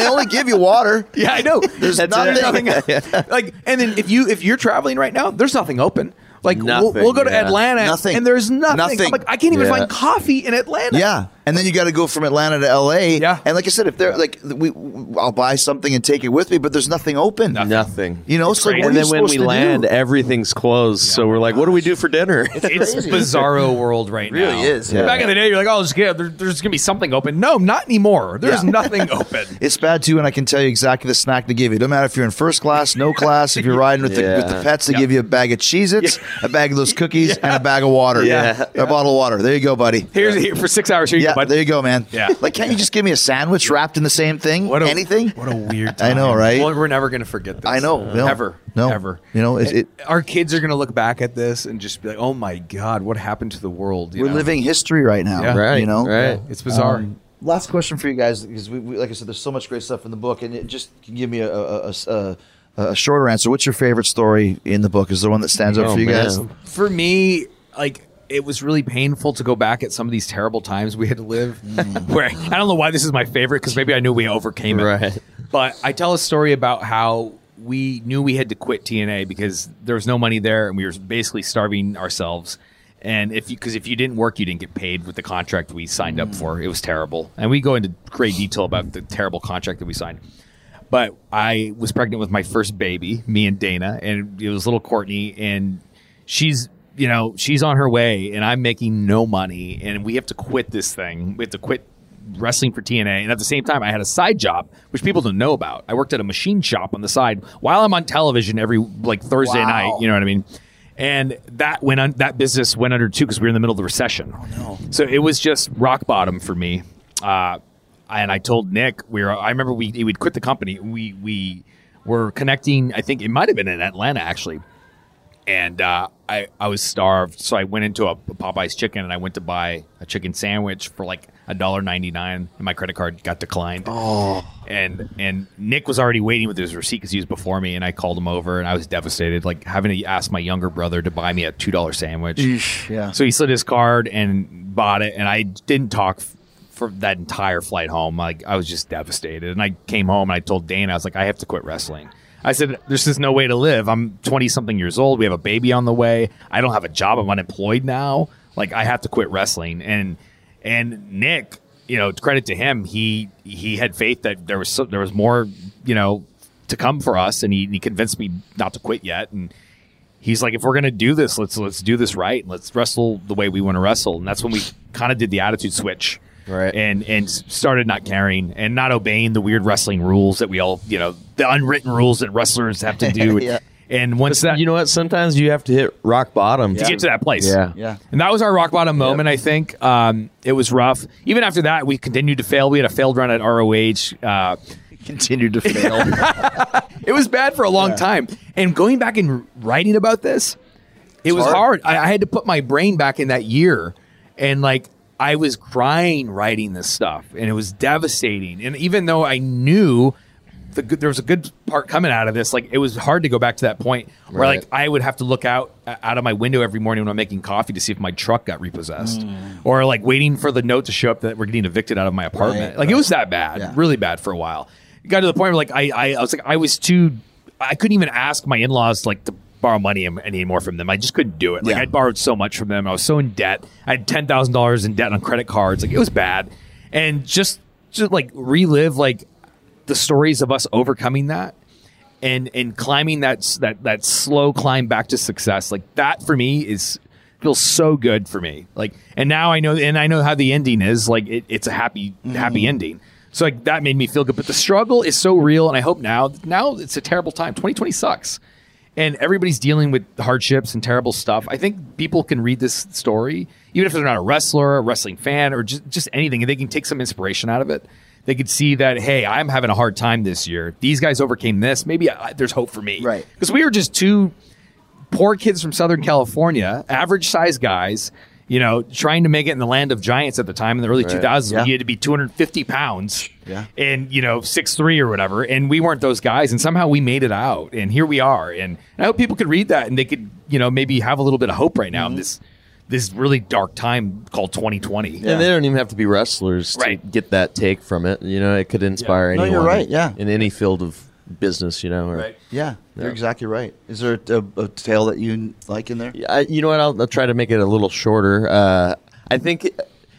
they only give you water. yeah, I know. There's nothing. like, and then if you if you're traveling right now, there's nothing open. Like, we'll, Nothing, we'll go to yeah. Atlanta, Nothing. and there's nothing. Nothing. I'm like, I can't even Yeah. find coffee in Atlanta. Yeah, and then you got to go from Atlanta to L.A. Yeah. and like I said, if they're like, we, I'll buy something and take it with me, but there's nothing open. Nothing. You know, so like, what and are then you when we supposed to land, do? everything's closed. So we're like, what do we do for dinner? It's bizarro world right now. really is, yeah. Back in the day, you're like, oh, just, yeah, there, there's gonna be something open. No, not anymore. There's Yeah. nothing open. It's bad too, and I can tell you exactly the snack they give you. Don't matter if you're in first class, no class. If you're riding with, the, with the Yeah. pets, they give you a bag of Cheez-Its, a bag of those cookies, and a bag of water. Yeah. a bottle of water. There you go, buddy. Here's here for six hours. Here you Yeah, but there you go, man. Yeah. Like, can't you just give me a sandwich wrapped in the same thing? What a- Anything? What a weird. I Time. know, right? Well, we're never gonna forget this. Uh, I know, no, ever. no. Ever. You know, it- it- our kids are gonna look back at this and just be like, "Oh my God, what happened to the world?" You We're know? living history right now. Yeah. Right. You know. Right. It's bizarre. Um, last question for you guys, because we, we, like I said, there's so much great stuff in the book, and it just can give me a, a, a- a, a shorter answer. What's your favorite story in the book? Is there one that stands out Oh, for you man. guys? for me, like it was really painful to go back at some of these terrible times we had to live. Where I don't know why this is my favorite because maybe I knew we overcame it. Right. But I tell a story about how we knew we had to quit TNA because there was no money there and we were basically starving ourselves. And if you because if you didn't work, you didn't get paid with the contract we signed up for. It was terrible, and we go into great detail about the terrible contract that we signed but I was pregnant with my first baby, me and Dana, and it was little Courtney, and she's you know she's on her way, and I'm making no money, and we have to quit this thing. We have to quit wrestling for TNA, and at the same time, I had a side job which people don't know about. I worked at a machine shop on the side while I'm on television every like Thursday night. You know what I mean? And that went on. That business went under too because we were in the middle of the recession. Oh no! So it was just rock bottom for me. Uh, and I told Nick we were. I remember we we'd quit the company. We we were connecting. I think it might have been in Atlanta actually, and uh, I I was starved, so I went into a, Popeye's chicken and I went to buy a chicken sandwich for like a dollar ninety nine, and my credit card got declined. Oh, and and Nick was already waiting with his receipt because he was before me, and I called him over, and I was devastated, like having to ask my younger brother to buy me a two dollar sandwich. yeah. So he slid his card and bought it, and I didn't talk f- for that entire flight home. Like I was just devastated, and I came home and I told Dana, I was like, I have to quit wrestling. I said, "There's just no way to live. I'm 20 something years old. We have a baby on the way. I don't have a job. I'm unemployed now. Like I have to quit wrestling." And and Nick, you know, credit to him, he he had faith that there was so, there was more, you know, to come for us, and he, he convinced me not to quit yet. And he's like, if we're gonna do this, let's let's do this right. and Let's wrestle the way we want to wrestle, and that's when we kind of did the attitude switch, Right. And and started not caring and not obeying the weird wrestling rules that we all, you know, the unwritten rules that wrestlers have to do. And once that You know what? Sometimes you have to hit rock bottom to get to that place. Yeah. Yeah. And that was our rock bottom moment, I think. Um, it was rough. Even after that, we continued to fail. We had a failed run at ROH. Uh, Continued to fail. it was bad for a long time. And going back and writing about this, it was hard. I, I had to put my brain back in that year, and like I was crying writing this stuff, and it was devastating. And even though I knew the good, there was a good part coming out of this, like it was hard to go back to that point where Right. like I would have to look out uh, out of my window every morning when I'm making coffee to see if my truck got repossessed, or like waiting for the note to show up that we're getting evicted out of my apartment. like it was that bad, really bad for a while. It got to the point where like I, I I was like I was too I couldn't even ask my in laws like to borrow money am- anymore from them. I just couldn't do it. Like Yeah. I borrowed so much from them. I was so in debt. I had ten thousand dollars in debt on credit cards. Like it was bad. And just just like relive like the stories of us overcoming that and and climbing that s- that that slow climb back to success like that for me is feels so good for me like and now i know and i know how the ending is like it, it's a happy happy ending so like that made me feel good but the struggle is so real and i hope now now it's a terrible time 2020 sucks and everybody's dealing with hardships and terrible stuff. I think people can read this story, even if they're not a wrestler, a wrestling fan, or just, just anything, and they can take some inspiration out of it. They could see that, hey, I'm having a hard time this year. These guys overcame this. Maybe I, there's hope for me. Right. Because we were just two poor kids from Southern California, average size guys, you know, trying to make it in the land of giants at the time in the early 2000s. Yeah. You had to be 250 pounds Yeah. and, you know, six three or whatever. And we weren't those guys. And somehow we made it out. And here we are. And, and I hope people could read that and they could, you know, maybe have a little bit of hope right now in this this really dark time called 2020. And they don't even have to be wrestlers to Right. get that take from it. You know, it could inspire No, anyone. you're right, yeah. In any field of business, you know. Or, right. yeah. You're exactly right. Is there a, a tale that you like in there? I, you know what? I'll, I'll try to make it a little shorter. Uh, I think,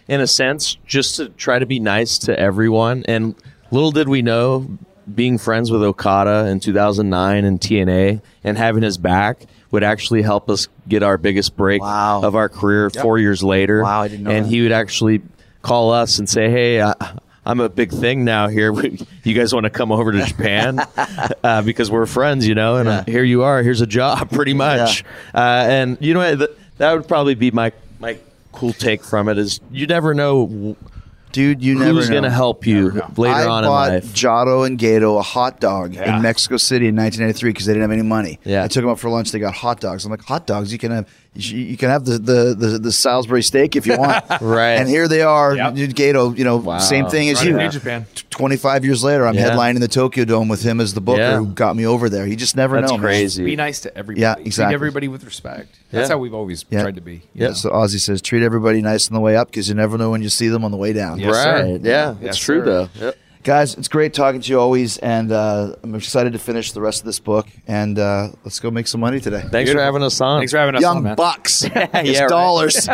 in a sense, just to try to be nice to everyone. And little did we know, being friends with Okada in 2009 and TNA and having his back would actually help us get our biggest break Wow. of our career four years later. Wow, I didn't know And that. he would actually call us and say, "Hey." Uh, I'm a big thing now here. You guys want to come over to Japan uh, because we're friends, you know? And uh, here you are. Here's a job, pretty much. Uh, and you know what? Th- that would probably be my my cool take from it is you never know w- dude, you never Who's know. going to help you later I on in bought life? Giotto and Gato a hot dog Yeah. in Mexico City in 1993 because they didn't have any money. Yeah. I took them out for lunch. They got hot dogs. I'm like, hot dogs? You can have you you can have the the, the, the Salisbury steak if you want. Right. And here they are, Yep. dude, Gato. You know, same thing as Right you. in Japan. 25 years later, I'm Yeah. headlining the Tokyo Dome with him as the booker Yeah. who got me over there. You just never That's know. man. crazy. Be nice to everybody. Yeah, Treat exactly. everybody with respect. That's Yeah. how we've always Yeah. tried to be. you Yeah. know? So Ozzy says, treat everybody nice on the way up because you never know when you see them on the way down. Yes, sir. right. Yeah. It's Yes, true, sir. though. Yep. Guys, it's great talking to you always, and uh, I'm excited to finish the rest of this book. And uh, let's go make some money today. Thanks for having us on. Thanks for having us Young on, man. bucks, it's right. dollars.